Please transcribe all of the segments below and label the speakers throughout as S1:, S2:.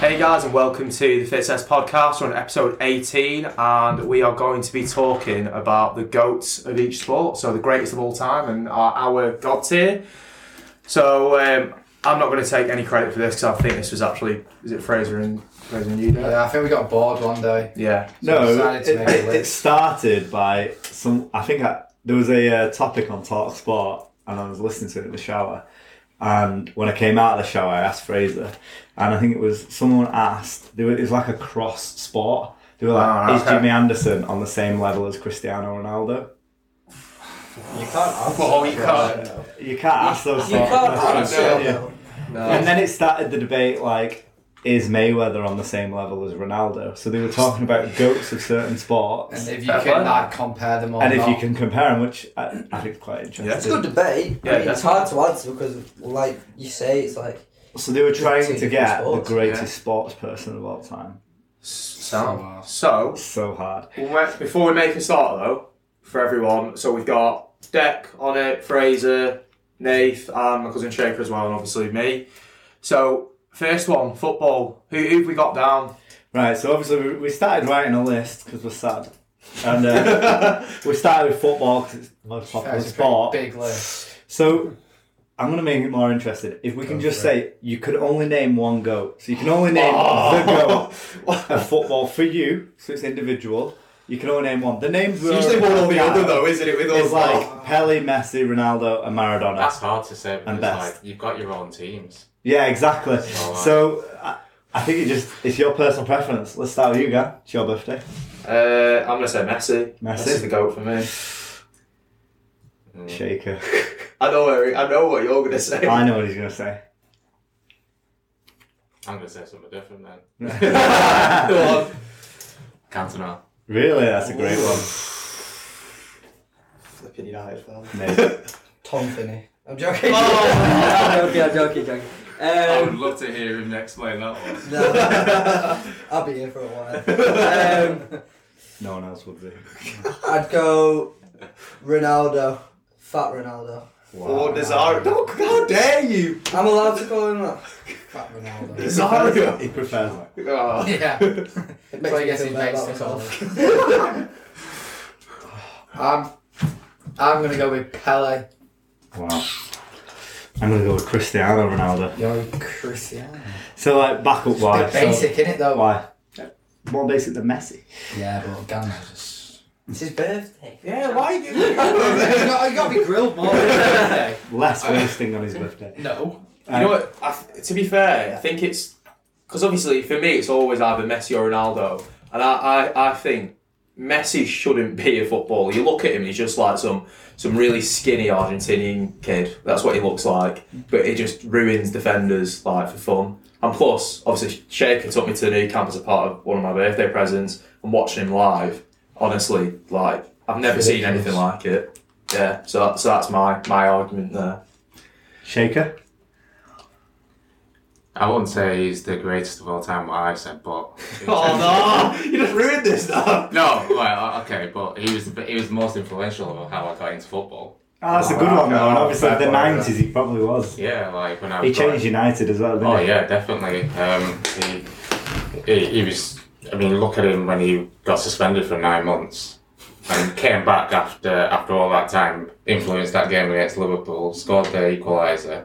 S1: Hey guys, and welcome to the Fit Test Podcast. We're on episode 18, and we are going to be talking about the goats of each sport, so the greatest of all time and our, our god tier. So um, I'm not going to take any credit for this because I think this was actually is it Fraser and Fraser and you? Dad?
S2: Yeah, I think we got bored one day.
S1: Yeah.
S2: So we
S3: No,
S2: decided
S3: it,
S2: to make a
S3: it, it
S2: list.
S3: started by some. I think I, there was a uh, topic on Talk Sport, and I was listening to it in the shower. And when I came out of the shower, I asked Fraser, and I think it was someone asked. They were, it was like a cross sport. They were like,
S1: Ah,
S3: "Is
S1: okay.
S3: Jimmy Anderson on the same level as Cristiano Ronaldo?"
S2: You can't answer.
S1: Oh, you
S2: that.
S3: You can't ask those. sort of questions,
S2: answer.
S3: can you? And then it started the debate like, is Mayweather on the same level as Ronaldo? So they were talking about goats of certain sports,
S2: And
S3: and
S2: if you
S1: Fair
S2: can
S1: play.
S2: like compare them all,
S3: if you can compare them, which I, I think is quite interesting.
S1: Yeah.
S4: It's a good debate.
S1: Yeah,
S4: I mean, it's
S1: definitely.
S4: hard to answer because, like you say, it's like
S3: So they were trying
S4: Two
S3: to get the
S4: sports,
S3: greatest
S1: yeah.
S3: sports person of all time.
S1: So,
S2: wow.
S1: so
S3: So hard.
S1: we'll make- before we make a start though, for everyone, so we've got Deck on it, Fraser, Nath, and my cousin Shaker as well, and obviously me. So first one, football. Who who've we got down?
S3: Right, so obviously we- we started writing a list because we're sad. And uh, we started with football because it's the most popular
S2: That's a
S3: sport.
S2: pretty big list.
S3: So I'm going to make it more interesting. If we can just say, you could only name one goat. So you can only name
S1: Oh.
S3: the goat of football for you, so it's individual. You can only name one. The names were
S1: Usually one or the
S3: Yeah.
S1: other though, isn't it? With us
S3: It's like Pele, Messi, Ronaldo, and Maradona.
S5: That's hard to say because
S3: And best.
S5: like you've got your own teams.
S3: Yeah, exactly.
S5: So, uh,
S3: So I, I think it just it's your personal preference. Let's start with you, Gan. It's your birthday.
S1: Uh, I'm gonna say Messi.
S3: Messi.
S1: Messi's the goat for me.
S3: Mm. Shaker.
S1: I know where, I know what you're gonna say.
S3: I know what he's gonna say.
S5: I'm gonna say something different then.
S1: Go on.
S5: Cantona.
S3: Really, that's a great one.
S1: Flipping United fan.
S3: Mate.
S4: Tom Finney. I'm joking.
S1: Oh.
S4: I'm joking. I'm joking. Joking.
S5: I would
S4: Um,
S5: love to hear him explain that one.
S4: no, I'll be here for a while. Um,
S3: No one else would be.
S4: I'd go Ronaldo, fat Ronaldo.
S1: Or Nazario. Don't, how dare you?
S4: I'm allowed to call him that.
S2: Fat Ronaldo.
S1: Nazario.
S3: He prefers that.
S1: Oh.
S2: yeah.
S4: It
S2: So I guess
S4: feel
S2: he
S4: better
S2: makes
S4: about
S2: it all.
S4: myself.
S2: I'm. Um, I'm gonna go with Pele.
S3: Wow. I'm gonna go with Cristiano Ronaldo.
S2: You're Cristiano.
S3: So like backup
S2: Bit
S3: wise.
S2: basic,
S3: So,
S2: innit it though?
S3: why? More basic than Messi.
S2: Yeah, but Ghana just.
S4: It's his birthday.
S1: Yeah, why do you?
S2: you got to be grilled more. than that.
S3: Less wasting on his birthday.
S2: no.
S1: You know what? I, th- to be fair, I think it's because obviously for me it's always either Messi or Ronaldo, and I, I, I think Messi shouldn't be a footballer. You look at him, he's just like some some really skinny Argentinian kid. That's what he looks like, but he just ruins defenders like for fun. And plus, obviously, Shaker took me to the new camp as a part of one of my birthday presents, and watching him live, honestly, like I've never seen
S2: Ridiculous.
S1: anything like it. Yeah, so that, so that's my my argument there.
S3: Shaker.
S5: I wouldn't say he's the greatest of all time, what I said, but
S1: Oh no! You just ruined this now.
S5: no, well, okay, but he was he was most influential of how I got into football.
S3: Oh, that's a good one though. And obviously
S5: Fair
S3: the
S5: play,
S3: nineties he probably was.
S5: Yeah, like when I
S3: He
S5: was growing-
S3: changed United as well, didn't
S5: Oh
S3: he?
S5: yeah, definitely. Um, he, he he was. I mean, look at him when he got suspended for nine months and came back after after all that time, influenced that game against Liverpool, scored their equaliser,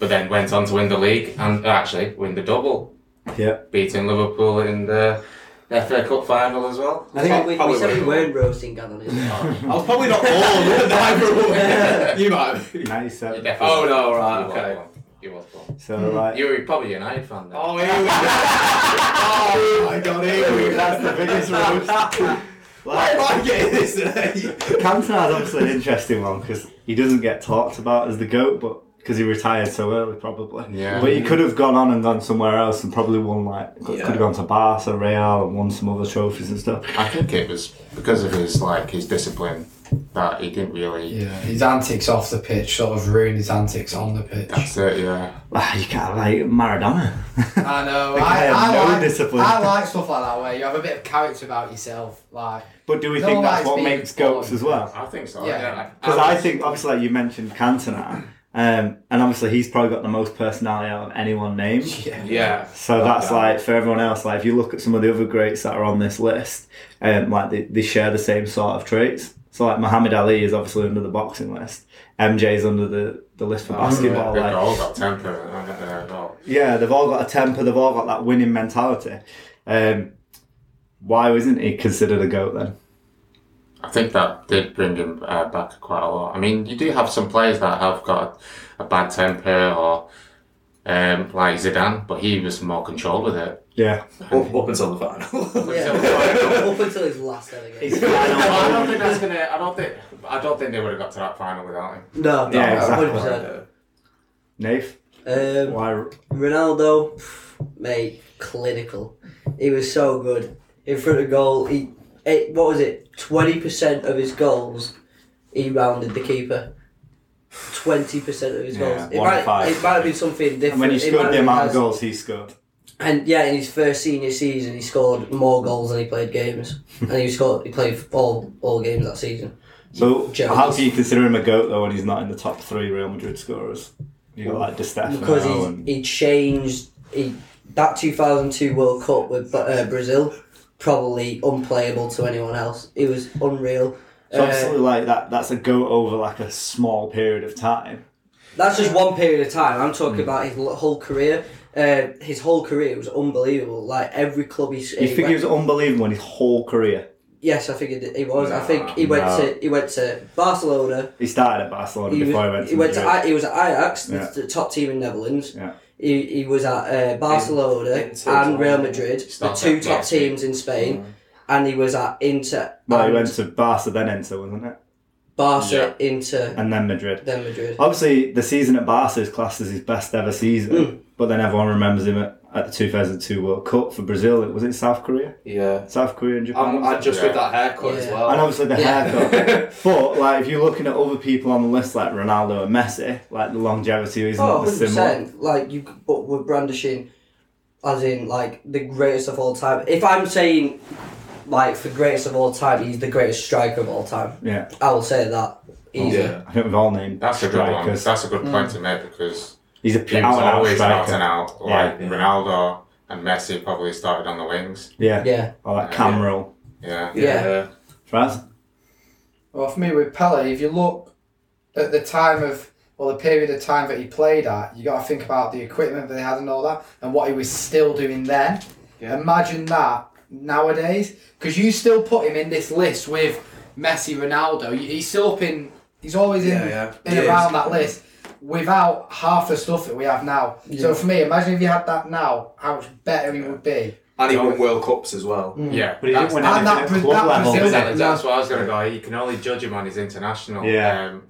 S5: but then went on to win the league and actually win the double,
S3: Yeah.
S5: beating Liverpool in the FA Cup final as well.
S4: I think
S5: Prob-
S4: we, we
S5: probably
S4: said we
S5: would've-
S4: weren't roasting Gannon.
S1: I was probably not born. you might. Be.
S3: Ninety
S5: You
S3: seven.
S5: definitely
S1: Oh, no,
S5: was-
S1: right,
S5: you was
S1: okay.
S5: born. You was born.
S3: So like
S5: You were probably a United fan then.
S1: Oh, here we go. oh my god, here we go.
S3: That's the biggest roast.
S1: Why am I getting this today?
S3: Cantona's obviously an interesting one because he doesn't get talked about as the goat, but because he retired so early, probably.
S5: Yeah.
S3: But he could have gone on and gone somewhere else and probably won like could
S1: Yeah.
S3: have gone to Barca, Real, and won some other trophies and stuff.
S5: I think it was because of his like his discipline that he didn't really.
S2: Yeah, his antics off the pitch sort of ruined his antics on the pitch.
S5: That's it. Yeah.
S3: Ah, you can't like Maradona.
S2: I know. I,
S3: The guy had
S2: I,
S3: no
S2: like,
S3: discipline.
S2: I like stuff like that where you have a bit of character about yourself. Like,
S3: but do we
S2: No
S3: think
S2: one
S3: that's
S2: likes
S3: what
S2: being
S3: makes goats
S2: born.
S3: as well?
S5: I think so.
S2: Yeah.
S5: Yeah.
S3: Because I think obviously like you mentioned Cantona. Um, and obviously, he's probably got the most personality out of anyone named.
S2: Yeah.
S1: Yeah.
S5: Oh,
S3: So that's like for everyone else. Like if you look at some of the other greats that are on this list, um, like they, they share the same sort of traits. So like Muhammad Ali is obviously under the boxing list. MJ's under the, the list
S2: Mm.
S3: for basketball.
S5: Oh, They've
S3: like-
S5: all got uh, temper. I don't know at all.
S3: yeah, they've all got a temper. They've all got that winning mentality. Um, why isn't he considered a goat then?
S5: I think that did bring him uh, back quite a lot. I mean, you do have some players that have got a, bad temper or um, like Zidane, but he was more controlled with it.
S3: Yeah,
S1: Up, up until the final.
S4: Yeah. Up until his last ever game.
S3: He's- I don't-
S5: I don't think that's gonna. I don't think. I don't think they would have got to that final without him.
S4: No, no,
S3: Yeah, exactly.
S4: 100%.
S3: Nath.
S4: Um,
S3: Why?
S4: Ronaldo, pff, mate, clinical. He was so good in front of goal. He, it, what was it? Twenty percent of his goals, he rounded the keeper. Twenty percent of his
S3: Yeah,
S4: goals. It
S3: one in
S4: might,
S3: five.
S4: it might be something different.
S3: And when he
S4: It might
S3: scored
S4: be
S3: the amount
S4: as-
S3: of goals he scored,
S4: And yeah, in his first senior season, he scored more goals than he played games, and he scored. He played all all games that season.
S3: so
S4: Jones.
S3: how do you consider him a goat though when he's not in the top three Real Madrid scorers? You got like Di Stefano
S4: because
S3: and-
S4: he, he changed he, that 2002 World Cup with uh, Brazil probably unplayable to anyone else. It was unreal.
S3: So
S4: Uh,
S3: obviously, like that, that's a go over like a small period of time.
S4: that's just one period of time. I'm talking about his l- whole career. Uh, his whole career was unbelievable. Like every club he,
S3: You think
S4: went-
S3: he was unbelievable in his whole career?
S4: yes, I think he, he was. I
S5: Nah,
S4: think he went
S3: no.
S4: to he went to Barcelona.
S3: He started at Barcelona
S4: He was,
S3: before he went to
S4: he went to
S3: Madrid.
S4: I, he was at Ajax, the-
S3: Yeah.
S4: the top team in Netherlands.
S3: Yeah.
S4: He, he was at uh, Barcelona
S1: Inter
S4: and Real
S1: Milan.
S4: Madrid, the
S5: Started
S4: two
S5: at Mm-hmm.
S4: top
S5: Barca.
S4: teams in Spain, and he was at Inter,
S3: well, he
S4: and
S3: went to Barca, then Inter, wasn't it?
S4: Barca, Inter,
S3: And then Madrid.
S4: then Madrid.
S3: Obviously, the season at Barca is classed as his best ever season,
S4: Hmm.
S3: but then everyone remembers him at, at the 2002 World Cup for Brazil. Was it South Korea?
S1: Yeah.
S3: South Korea and Japan?
S1: I'm,
S3: was it?
S1: I just with that haircut as
S4: Yeah.
S1: well.
S3: and obviously the
S4: Um, Yeah.
S3: haircut. but like, if you're looking at other people on the list, like Ronaldo and Messi, like the longevity is
S4: Oh,
S3: not the
S4: 100
S3: similar.
S4: percent. Like you, but we're brandishing, as in like the greatest of all time. If I'm saying, like for greatest of all time, he's the greatest striker of all time.
S3: Yeah,
S4: I will say that easily.
S1: yeah.
S3: I think we've all named
S5: That's a good one.
S3: strikers.
S5: That's a good
S2: Mm.
S5: point to make because
S3: He's a
S5: he
S3: pure
S5: was
S3: out and
S5: always
S3: striker.
S5: out and out. Like
S1: Yeah.
S5: Ronaldo and Messi probably started on the wings.
S3: Yeah.
S4: Yeah.
S3: Or that cam
S5: Yeah.
S3: roll.
S5: Yeah.
S4: Yeah.
S3: Fraz?
S2: Well, for me with Pele, if you look at the time of or the period of time that he played at, you got to think about the equipment that they had and all that, and what he was still doing then.
S1: Yeah.
S2: Imagine that nowadays, because you still put him in this list with Messi, Ronaldo. He- He's still up in. He's always in,
S1: Yeah, yeah.
S2: in
S1: He
S2: around
S1: is.
S2: that list without half the stuff that we have now.
S4: Yeah.
S2: So for me, imagine if you had that now, how much better he would be.
S1: And he won World Cups as well.
S5: Yeah.
S3: But he didn't
S5: That's-
S3: win
S2: And
S3: anything
S2: that
S3: at
S2: Bra-
S3: club
S2: that
S3: level.
S2: Brazil-
S5: Exactly,
S2: No.
S5: that's what I was going to go. You can only judge him on his international.
S3: Yeah.
S5: Um,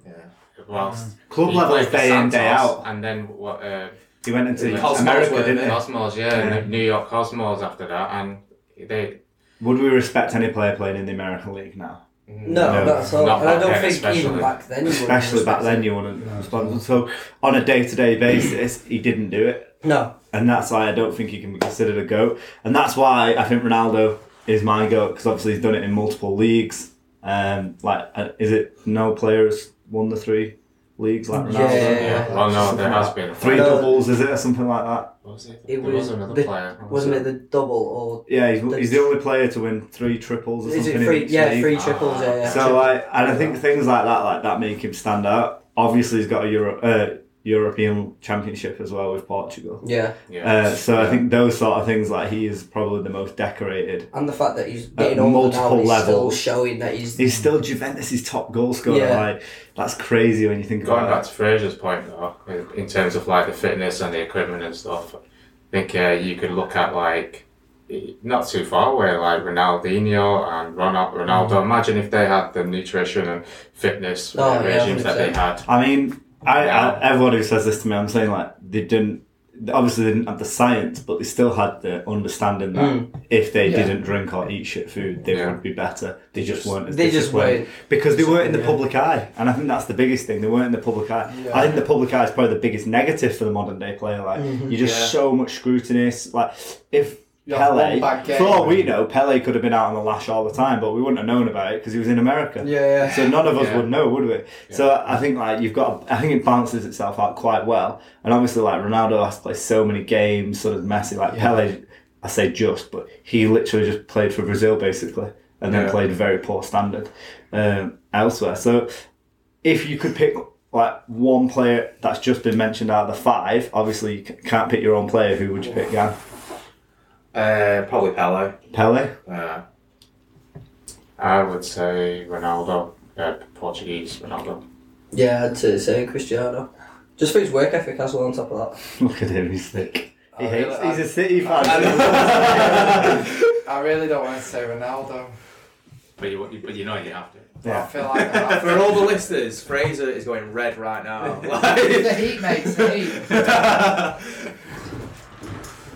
S5: Whilst
S3: Club
S5: he
S3: level
S5: played
S3: is
S5: for
S3: day in, day
S5: Santos
S3: out.
S5: And then what? Uh,
S3: He went into
S5: Cosmos
S3: America,
S1: weren't
S3: didn't he?
S5: Cosmos, yeah,
S3: Yeah.
S5: and New York Cosmos after that, and they
S3: Would we respect any player playing in the American League now?
S4: No,
S3: No,
S4: not at all.
S5: not
S4: And I
S5: back
S4: don't
S5: then,
S4: think even
S5: especially.
S4: back then. you wouldn't
S3: Especially back
S4: respect
S3: then,
S4: him.
S3: you wouldn't respond. So, on a day to day basis, he didn't do it.
S4: No.
S3: And that's why I don't think he can be considered a GOAT. And that's why I think Ronaldo is my GOAT, because obviously he's done it in multiple leagues. Um, like, uh, is it no player has won the three leagues like Ronaldo?
S4: Yeah.
S5: Yeah, well, no, Oh, there has been a
S3: Three
S4: No.
S3: doubles, is it, or something like that?
S5: What was it?
S4: It
S5: there
S4: was
S5: was another
S4: the-
S5: player. What
S4: Wasn't it the double or
S3: Yeah, he's,
S4: The-
S3: he's the only player to win three triples or
S4: is
S3: something.
S4: it
S3: in
S4: three?
S3: each
S4: Yeah,
S3: league.
S4: three triples. Yeah, yeah.
S3: So like, and I think things like that, like that, make him stand out. Obviously, he's got a Euro, uh, European Championship as well with Portugal.
S4: yeah,
S5: Yeah.
S3: Uh, so I
S5: Yeah.
S3: think those sort of things, like he is probably the most decorated.
S4: and the fact that he's getting
S3: At
S4: older now,
S3: multiple
S4: and he's
S3: levels.
S4: still showing that he's.
S3: He's still Juventus's top goal scorer.
S4: Yeah.
S3: Like that's crazy when you think
S5: Going back
S3: about
S5: to Fraser's point though, in- in terms of like the fitness and the equipment and stuff, I think uh, you could look at like eh, not too far away, like Ronaldinho and Ronald, Ronaldo. Imagine if they had the nutrition and fitness
S4: Oh,
S5: uh,
S4: yeah,
S5: regimes that they had.
S3: it. I mean, I,
S5: Yeah.
S3: I everyone who says this to me, I'm saying like they didn't. Obviously, they didn't have the science, but they still had the understanding that if they
S2: Yeah.
S3: didn't drink or eat shit food, they
S5: Yeah.
S3: would be better. They just weren't as
S4: They just
S3: disciplined.
S4: weren't.
S3: because they weren't in the
S4: Yeah.
S3: public eye, and I think that's the biggest thing. They weren't in the public eye.
S2: Yeah.
S3: I think the public eye is probably the biggest negative for the modern day player. Like you're just
S1: Yeah.
S3: so much scrutiny. Like if
S2: You have
S3: Pele.
S2: one bad game.
S3: For all we know, Pele could have been out on the lash all the time, but we wouldn't have known about it because he was in America.
S2: Yeah, yeah.
S3: So none of us
S5: Yeah.
S3: would know, would we? So I think like you've got, I think it balances itself out quite well. And obviously, like Ronaldo has to play so many games, sort of messy. Like Pele, I say just, but he literally just played for Brazil basically, and then
S1: Yeah.
S3: played very poor standard um, elsewhere. So if you could pick like one player that's just been mentioned out of the five, obviously you c- can't pick your own player. Who would you pick, Gan?
S1: Uh, probably Pele.
S3: Pele.
S5: Uh, I would say Ronaldo, uh, Portuguese Ronaldo.
S4: Yeah, I'd say the same, Cristiano. Just for his work ethic as well on top of that.
S3: Look at him, he's thick. He
S2: Oh,
S3: hates,
S2: really?
S3: he's a City fan.
S1: I
S2: I really don't want to say Ronaldo.
S5: But you, but you know you have to.
S2: I
S3: yeah.
S2: feel like that.
S1: For all the listeners, Fraser is going red right now.
S2: the
S1: Like-
S2: heat makes the heat.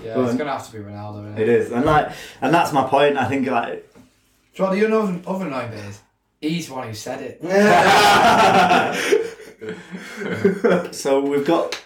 S2: Yeah,
S3: Go
S2: it's
S3: on.
S2: gonna have to be Ronaldo. Isn't
S3: It
S2: it?
S3: is, and like, and that's my point. I think like,
S2: John, do you know the other annoying bit is he's the one who said it.
S3: so we've got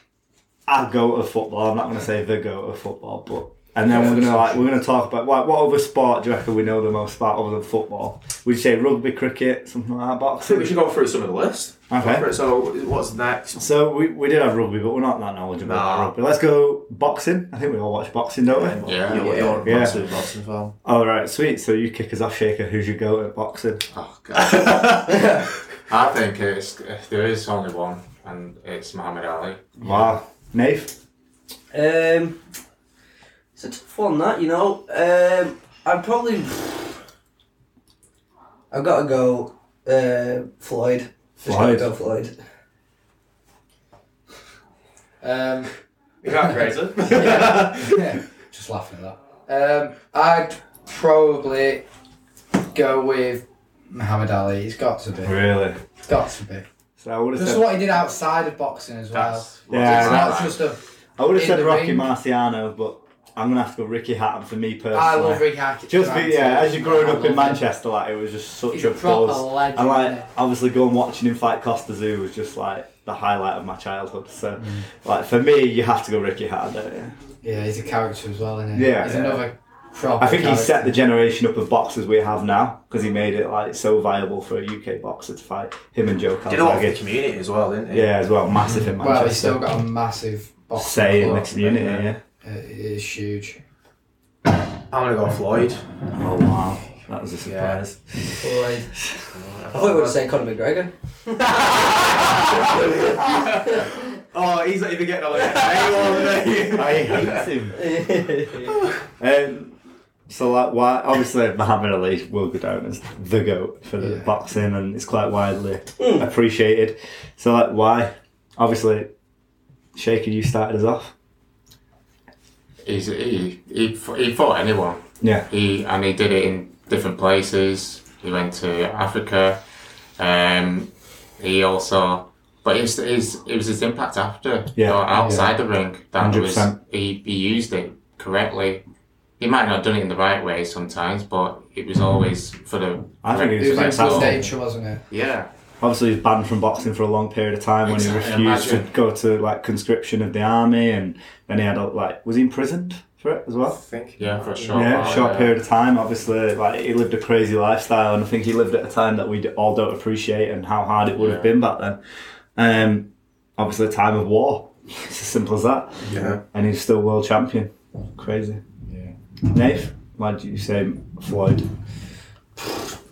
S3: our go of football. I'm not going to say the go of football, but and then we're gonna like we're gonna talk about what what other sport do you reckon we know the most about other than football? Would you say rugby, cricket, something like that,
S1: I think we
S3: boxing?
S1: should go through some of the list.
S3: Okay.
S1: So what's next?
S3: So we, we did have rugby, but we're not that knowledgeable about
S1: Nah.
S3: rugby. Let's go boxing. I think we all watch boxing, don't we?
S5: Yeah.
S1: You're, you're
S3: Yeah.
S1: a massive Boston fan.
S3: All right, sweet. So you kick us off, Shaker. Who's your go at boxing?
S5: Oh god. I think it's there is only one, and it's Muhammad Ali.
S3: Wow, Nath.
S4: Um, it's a tough one, that, you know. Um, I'd probably. I've got to go uh, Floyd. Just gotta
S3: Floyd.
S4: go Floyd.
S2: Um,
S1: Is that Fraser?
S2: yeah, just laughing at that. Um, I'd probably go with Muhammad Ali. He's got to be.
S3: Really?
S2: It's got to be.
S3: So I would have
S2: Just
S3: said
S2: what he did outside of boxing as well.
S5: That's
S3: Yeah,
S2: it's
S3: right.
S2: not just a.
S3: I would have
S2: in
S3: said
S2: the
S3: Rocky
S2: ring.
S3: Marciano, but I'm gonna have to go Ricky Hatton for me personally.
S2: I love Rick Hackett.
S3: Just be, yeah, as you're growing
S2: I
S3: up in
S2: love him.
S3: Manchester, like it was just such
S2: He's
S3: a
S2: a proper
S3: buzz.
S2: legend,
S3: And like
S2: isn't he?
S3: obviously going watching him fight Costa Zoo was just like the highlight of my childhood. So
S2: Mm.
S3: like for me, you have to go Ricky Hatton. Don't you?
S2: Yeah, he's a character as well, isn't he?
S3: Yeah.
S2: He's
S3: Yeah.
S2: another proper
S3: I think he
S2: character.
S3: set the generation up of boxers we have now because he made it like so viable for a UK boxer to fight him and Joe
S1: Did a lot for the
S3: Calzaghe.
S1: community as well, didn't he?
S3: Yeah, as well, massive in Manchester.
S2: Well, he's still got a massive boxing
S3: say in the
S2: club.
S3: community.
S1: yeah.
S3: Yeah.
S2: Uh, It is huge.
S1: I'm gonna go Floyd.
S3: Oh wow, that was a
S1: Yeah.
S3: surprise.
S4: Floyd. I thought you were going to say Conor McGregor.
S1: Oh, he's not even getting on it.
S3: I hate him. Um, so like, why? Obviously, Muhammad Ali will go down as the goat for the
S2: Yeah.
S3: boxing, and it's quite widely appreciated. So like, why? Obviously, Shaker, you started us off.
S5: He's, he, he f- he fought anyone.
S3: Yeah.
S5: He and he did it in different places. He went to Africa. Um, he also, but it's, it's, it was his impact after,
S3: Yeah.
S5: or outside the ring, that was
S3: 100%.
S5: he, he used it correctly. He might not have done it in the right way sometimes, but it was always for the.
S3: Mm-hmm. I think he was
S2: He was in
S3: fantastic.
S2: good nature, wasn't it?
S5: Yeah,
S3: Obviously, he was banned from boxing for a long period of time when he
S5: Exactly,
S3: refused to
S5: imagine.
S3: go to like conscription of the army, and then he had a, like was he imprisoned for it as well.
S1: think.
S5: yeah, for a short
S3: yeah,
S5: while,
S3: short
S5: yeah.
S3: period of time. Obviously, like he lived a crazy lifestyle, and I think he lived at a time that we d- all don't appreciate, and how hard it would have
S5: Yeah.
S3: been back then. Um, obviously, a time of war. It's as simple as that.
S1: Yeah.
S3: And he's still world champion. Crazy.
S2: Yeah.
S3: Nate, why did you say Floyd?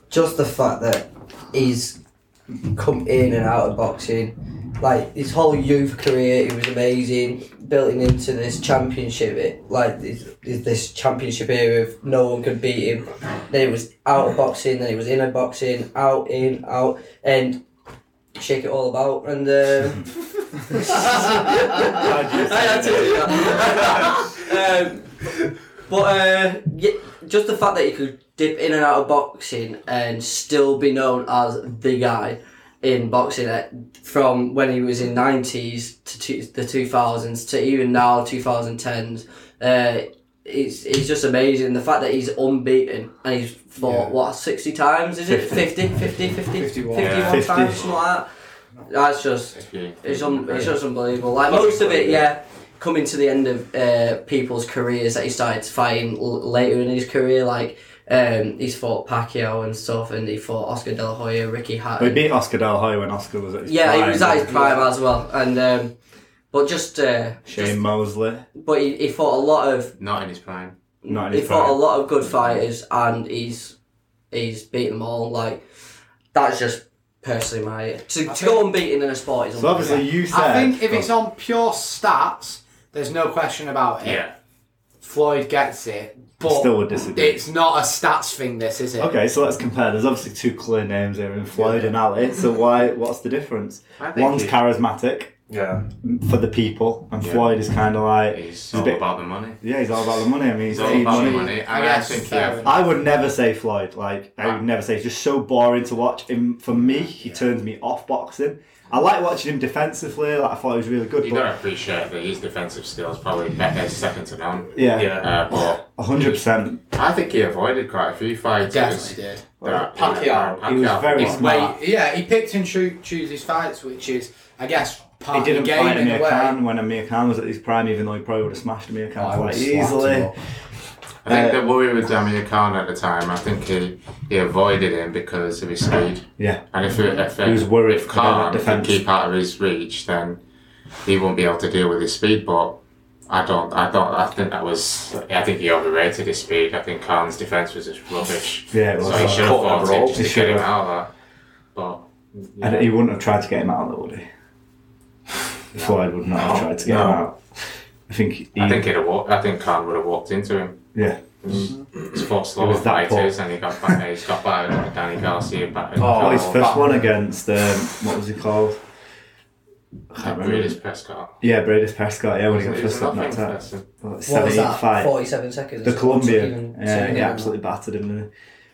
S4: just the fact that he's come in and out of boxing, like his whole youth career, it was amazing. Building into this championship, it, like this, this championship era of no one could beat him. Then it was out of boxing, then it was in a boxing, out in out, and shake it all about. And um, I had to do that. um, but uh, yeah, just the fact that he could dip in and out of boxing and still be known as the guy in boxing uh, from when he was in 90s to two, the 2000s to even now 2010s uh, it's, it's just amazing the fact that he's unbeaten and he's fought
S2: Yeah.
S4: what 60 times is it 50
S3: 50.
S4: 50 50
S2: 51.
S4: 51
S3: 50.
S4: times something like that that's just
S5: If you-
S4: it's, un- it's just unbelievable. Like most of it, yeah, coming to the end of uh, people's careers that he started to fight in l- later in his career. Like um, he's fought Pacquiao and stuff, and he fought Oscar De La Hoya, Ricky
S3: But he
S4: Hatton.
S3: beat Oscar Del Hoya when Oscar was at his
S4: yeah,
S3: prime.
S4: he was at his prime as well, and um, but just uh,
S3: Shane Mosley.
S4: but he, he fought a lot of
S5: Not in his prime.
S3: Not in
S4: he
S3: his
S4: fought a
S3: prime.
S4: lot of good fighters, and he's he's beaten them all. Like that's just personally my to, to go unbeaten in a sport is
S3: So obviously
S4: unbelievable.
S3: you said.
S2: I think if it's on pure stats, there's no question about it.
S5: Yeah.
S2: Floyd gets it,
S3: I
S2: but
S3: still would disagree.
S2: it's not a stats thing. This is it.
S3: Okay, so let's compare. There's obviously two clear names here in Floyd and Ali. So why? What's the difference?
S1: I think
S3: One's
S1: he-
S3: charismatic
S1: Yeah.
S3: for the people, and
S5: Yeah.
S3: Floyd is kind of like
S5: He's
S3: a
S5: all
S3: bit-
S5: about the money.
S3: yeah, he's all about the money. I mean, he's
S5: He's all
S3: made
S5: about the
S3: money.
S5: money. And
S2: I
S5: I,
S2: guess
S5: think
S2: fair
S5: yeah,
S2: enough.
S3: I would never say Floyd. Like I would never say. He's just so boring to watch. Him for me, he turns me off boxing. I like watching him defensively. Like I thought he was really good.
S5: you
S3: but
S5: gotta appreciate that his defensive skills probably better second to none.
S3: yeah,
S1: Yeah.
S5: Uh, but
S3: hundred percent.
S5: I think he avoided quite a few
S2: He
S5: fighters.
S2: definitely did.
S5: that-
S1: Pacquiao.
S3: He was
S5: Pacquiao
S3: very
S5: won.
S3: smart.
S2: Wait, yeah, he picked and choo- choose his fights, which is, I guess, part
S3: He
S2: of
S3: didn't
S2: Ah, the game
S3: fight
S2: in a
S3: Amir
S2: way.
S3: Khan when Amir Khan was at his prime, even though he probably would have smashed Amir Khan
S2: I
S3: quite
S2: would slap him
S3: easily.
S2: up.
S5: I think
S3: Uh,
S5: the worry with Amir Khan at the time, I think he, he avoided him because of his speed.
S3: Yeah.
S5: And if, it- if,
S3: He was worried
S5: if
S3: about
S5: Khan
S3: that
S5: could
S3: defence.
S5: keep out of his reach, then he won't be able to deal with his speed. But I don't, I don't, I think that was, I think he overrated his speed. I think Khan's defence was just rubbish.
S3: Yeah, it was. uh,
S5: So he should have
S1: Caught
S5: fought him
S1: overall.
S5: just
S3: He
S5: to get him
S3: should've.
S5: out of that. But yeah.
S3: And he wouldn't have tried to get him out, though, would he? Floyd eh? would not have tried to get
S5: No.
S3: him out. I think he,
S5: I think he'd have walked, I think Khan would have walked into him.
S3: yeah.
S5: He's fought slower
S3: was that poor.
S5: fighters and he got back, he's got battered by Danny Garcia. Battered,
S1: Oh,
S3: Oh, his
S5: Khan.
S3: first one against um, what was he called? I can't remember.
S5: British Prescott.
S3: Yeah, Bradis Prescott. Yeah, when he
S5: It
S3: got
S5: was
S3: first up
S5: nothing
S3: knocked out.
S5: person.
S4: What was
S3: Seventy
S4: that?
S3: fight.
S4: Forty-seven seconds.
S3: The
S4: It's not
S3: Colombian.
S4: even-
S3: Yeah,
S4: even
S3: he absolutely battered him. Didn't he?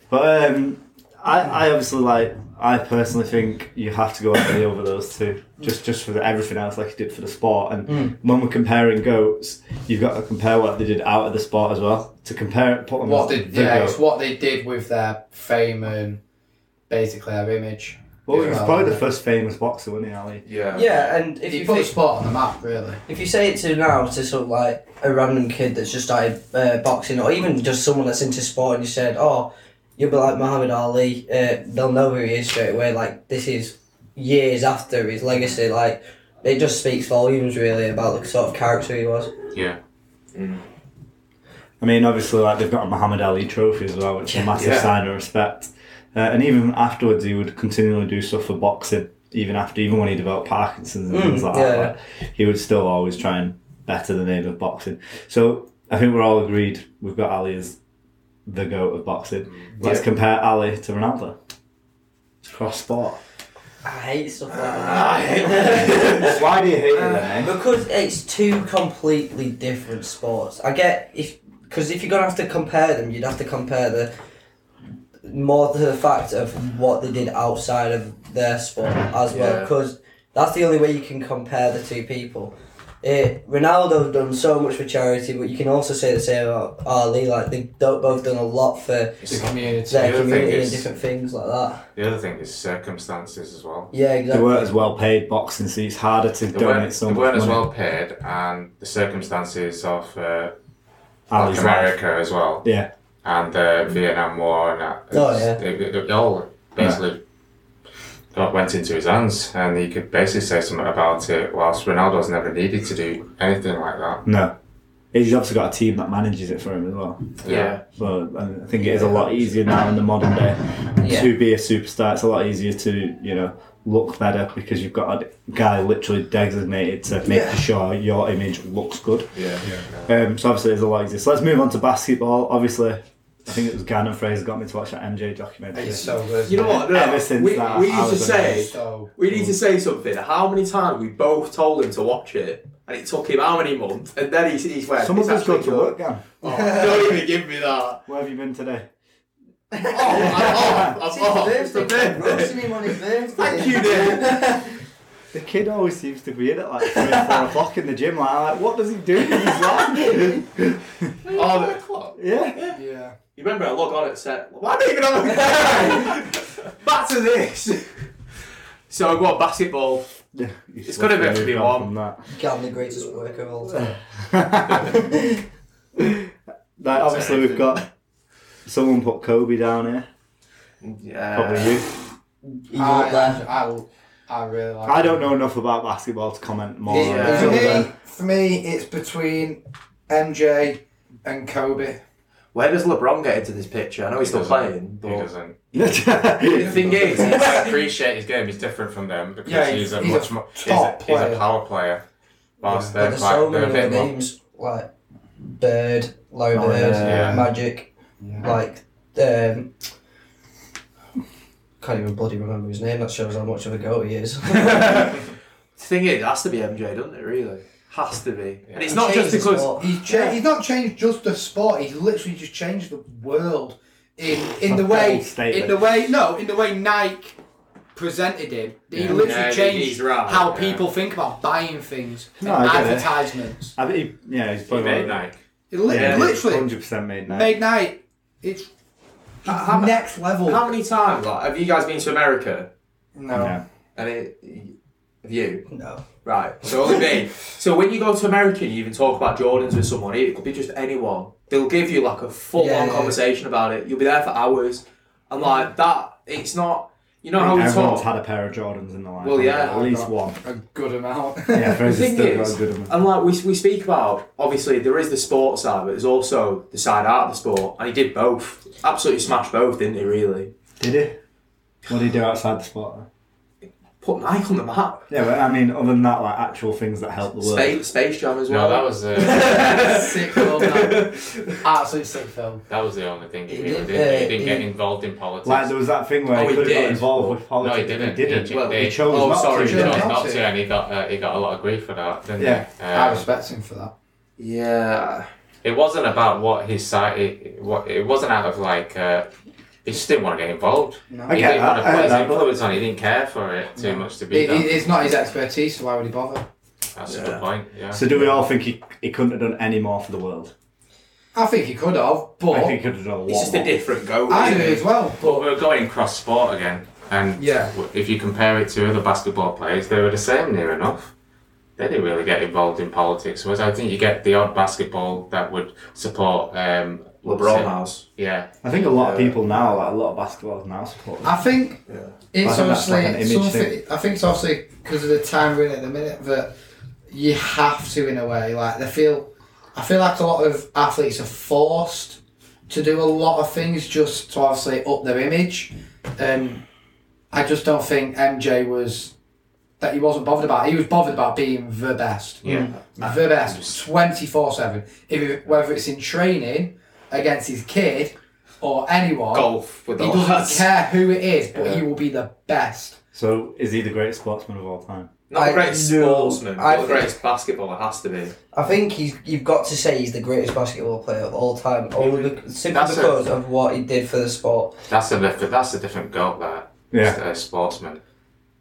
S3: But um, I, I obviously like. I personally think you have to go Ali over those two, just just for the, everything else, like you did for the sport. And when we're comparing goats, you've got to compare what they did out of the sport as well. To compare, it, put them
S2: What
S3: as
S2: did
S3: the
S2: yeah,
S3: goat.
S2: it's what they did with their fame and basically their image.
S3: Well, he was
S2: Yeah.
S3: probably the first famous boxer, wasn't he, Ali?
S1: Yeah.
S4: Yeah, and if
S2: He
S4: you
S2: put the
S4: think,
S2: sport on the map, really.
S4: if you say it to now to sort of like a random kid that's just started uh, boxing, or even just someone that's into sport, and you said, "Oh, you'll be like Muhammad Ali," uh, they'll know who he is straight away. Like this is years after his legacy. Like it just speaks volumes, really, about the sort of character he was.
S5: Yeah.
S3: I mean, obviously, like they've got a Muhammad Ali trophy as well, which is a massive
S1: Yeah.
S3: sign of respect. Uh, and even afterwards, he would continually do stuff for boxing, even after, even when he developed Parkinson's and
S4: Mm,
S3: things like
S4: yeah.
S3: that. like, he would still always try and better the name of boxing. So I think we're all agreed we've got Ali as the goat of boxing.
S5: Mm,
S3: Let's
S1: Yeah.
S3: compare Ali to Ronaldo. It's cross sport.
S4: I hate stuff like that.
S1: I hate that.
S3: Why do you hate it then? Eh?
S4: Uh, Because it's two completely different sports. I get if because if you're gonna have to compare them, you'd have to compare the more to the fact of what they did outside of their sport as well.
S1: Yeah.
S4: Because that's the only way you can compare the two people. It, Ronaldo done so much for charity, but you can also say the same about Ali. Like they've do- both done a lot for
S2: The community.
S4: their
S5: The other thing
S4: community and
S5: is-
S4: different things like that.
S5: The other thing is circumstances as well.
S4: Yeah,
S3: They
S4: exactly.
S3: weren't as well paid boxing, so it's harder to
S5: They
S3: donate
S5: weren't,
S3: so
S5: they
S3: much
S5: weren't
S3: money.
S5: as well paid, and the circumstances of uh,
S3: Ali's
S5: like
S3: life.
S5: America as well,
S3: Yeah.
S5: and the Vietnam War and that.
S4: Oh,
S5: It's-
S4: yeah.
S5: It, it- it all basically got went into his hands, and he could basically say something about it. Whilst Ronaldo's never needed to do anything like that.
S3: No. He's obviously got a team that manages it for him as well.
S1: Yeah.
S3: So and I think it is a lot easier now in the modern day
S4: Yeah.
S3: to be a superstar. It's a lot easier to, you know, look better because you've got a guy literally designated to make sure your image looks good.
S1: Yeah.
S3: Um, so obviously it's a lot easier. So let's move on to basketball. Obviously, I think it was Gannon Fraser got me to watch that MJ documentary.
S2: It's so good.
S1: You know what? No,
S3: Ever since
S1: we,
S3: that,
S1: we
S3: I
S1: need to
S3: was
S1: say
S2: So
S1: we need to say something. How many times we both told him to watch it, and it took him how many months, and then he's he's went.
S3: Some of
S1: "It's
S3: us go
S1: actually
S3: to
S1: good."
S3: work, Gan.
S1: Oh, don't even give me that.
S3: Where have you been today?
S1: Oh, I'm off. I'm off. It's the birthday. Thank you, Dave.
S3: The kid always seems to be in at like 3 or 4 o'clock in the gym. Like, I'm like, what does he do? He's like,
S1: Oh, the-
S3: yeah.
S2: yeah.
S1: you remember I log on at set. Why do you even have a guy? Back to this. So I got basketball.
S3: it's
S1: gotta be- be warm.
S3: That.
S4: Calvin, the greatest worker of all time.
S3: Like, obviously, we've got someone put Kobe down here.
S1: Yeah.
S3: Probably you.
S4: He's up
S2: I,
S4: there.
S2: I, I really like
S3: I don't know enough about basketball to comment more.
S2: It-
S3: on
S1: Yeah.
S2: For,
S3: it.
S2: me, for me, it's between MJ and Kobe.
S1: Where does LeBron get into this picture? I know he's still
S5: doesn't.
S1: playing,
S5: He
S1: but
S5: doesn't.
S1: the thing is,
S5: I
S1: it's-
S5: appreciate his game is different from them because
S2: Yeah, he's-
S5: he's, a
S2: he's a
S5: much more. He's a,
S2: top
S5: he's a
S2: player.
S5: power player. Whilst
S4: But
S5: they're,
S4: there's
S5: quite-
S4: so
S5: they're
S4: many
S5: a bit
S4: other
S5: more.
S4: names like Bird, Larry
S1: Oh,
S4: Bird,
S1: yeah.
S5: Yeah.
S4: Magic,
S2: Yeah.
S4: like um, can't even bloody remember his name. That shows how much of a goat he is.
S1: the thing is, it has to be MJ, doesn't it? Really, has to be. And it's
S4: He
S1: not just
S4: changed the
S1: because
S4: sport.
S2: He's, cha- he's not changed just the sport. He's literally just changed the world in in the
S3: Bold
S2: way in
S3: statement.
S2: the way no in the way Nike presented him. He
S5: Yeah.
S1: Yeah,
S2: literally
S1: he's
S2: changed
S1: right,
S2: how
S5: yeah.
S2: people think about buying things and
S3: No, I get it.
S2: advertisements.
S3: I think he- yeah, he's
S5: He
S3: probably
S5: made Nike.
S2: It li-
S1: Yeah,
S2: literally
S3: hundred percent made Nike.
S2: made Nike. It's
S1: How-
S2: next level.
S1: how many times like, have you guys been to America?
S2: no.
S3: Yeah.
S1: And it, have you?
S4: no,
S1: Right, so only me. So when you go to America and you even talk about Jordans with someone, it could be just anyone. They'll give you like a full
S4: Yeah,
S1: on
S4: yeah.
S1: conversation about it. You'll be there for hours. And like that, it's not, you know how we
S3: Everyone's
S1: talk.
S3: had a pair of Jordans in their life.
S1: Well,
S3: haven't
S1: yeah.
S3: they? at least one.
S2: A good amount.
S3: Yeah,
S1: The
S3: Fraser's
S1: thing
S3: still got
S1: is,
S3: a good one.
S1: and like we, we speak about, obviously there is the sports side, but there's also the side art of the sport. And he did both. Absolutely smashed both, didn't he, really?
S3: Did he? What did he do outside the sport? then?
S1: Put Nike on the map.
S3: Yeah, but I mean, other than that, like actual things that help the world.
S1: Space, Space Jam as well.
S5: No, that was uh,
S2: sick film. man. Absolute sick film.
S5: that was the only thing he
S4: He
S5: really
S4: did,
S5: did. He
S4: uh,
S5: didn't get
S4: he-
S5: involved in politics.
S3: Like there was that thing where
S1: Oh,
S3: he
S1: he
S3: could have got
S1: did.
S3: involved with
S5: no, he
S3: politics.
S5: didn't.
S3: He didn't.
S5: He,
S1: Well,
S5: they-
S3: He chose
S1: Oh,
S3: not
S1: sorry,
S3: to.
S5: he chose
S2: didn't.
S5: not to, and he got uh, he got a lot of grief for that, didn't
S3: Yeah.
S5: he?
S2: I
S5: Uh,
S2: respect him for that.
S1: Yeah.
S5: it wasn't about what his side. It, what it wasn't out of like. Uh, he just didn't want to get involved.
S2: No.
S3: I
S5: he
S3: get
S5: didn't
S3: that,
S5: want
S3: I
S5: to put
S3: get
S5: his
S3: that, but-
S5: influence on. He didn't care for it too much to be
S2: It,
S5: done.
S2: it- it's not his expertise, so why would he bother?
S5: That's
S1: Yeah.
S5: a good point. Yeah.
S3: So do we all think he, he couldn't have done any more for the world?
S2: I think he could have,
S3: I
S2: but
S3: think he could have done a lot
S1: It's just a
S3: more.
S1: different go.
S2: I do
S1: really.
S2: as well.
S5: But
S2: But
S5: we're going cross sport again, and
S2: Yeah.
S5: w- if you compare it to other basketball players, they were the same near enough. They didn't really get involved in politics. Whereas I think you get the odd basketball that would support um,
S1: LeBron
S5: say-
S1: has.
S5: Yeah,
S3: I think a lot of
S1: Yeah.
S3: people now, like a lot of basketballers now support him.
S2: I think
S1: Yeah.
S2: it's
S3: think that's
S2: obviously
S3: like an
S2: it's
S3: image
S2: something. I think it's obviously because of the time we're in at the minute that you have to, in a way, like they feel. I feel like a lot of athletes are forced to do a lot of things just to obviously up their image. Um, I just don't think MJ was that he wasn't bothered about. it. He was bothered about being the best.
S5: yeah.
S2: the best 24 7 if whether it's in training against his kid or anyone
S1: Golf
S2: he
S1: with the
S2: doesn't
S1: lads.
S2: care who it is but
S1: Yeah.
S2: he will be the best
S3: So is he the greatest sportsman of all time?
S1: Not the
S4: I
S1: greatest
S4: know.
S1: sportsman,
S4: I
S1: but the
S4: think-
S1: greatest basketballer has to be.
S4: I think he's. You've got to say he's the greatest basketball player of all time, only be- simply
S5: That's it.
S4: because of what he did for the sport.
S5: That's a different. That's a different goal there. It's a sportsman.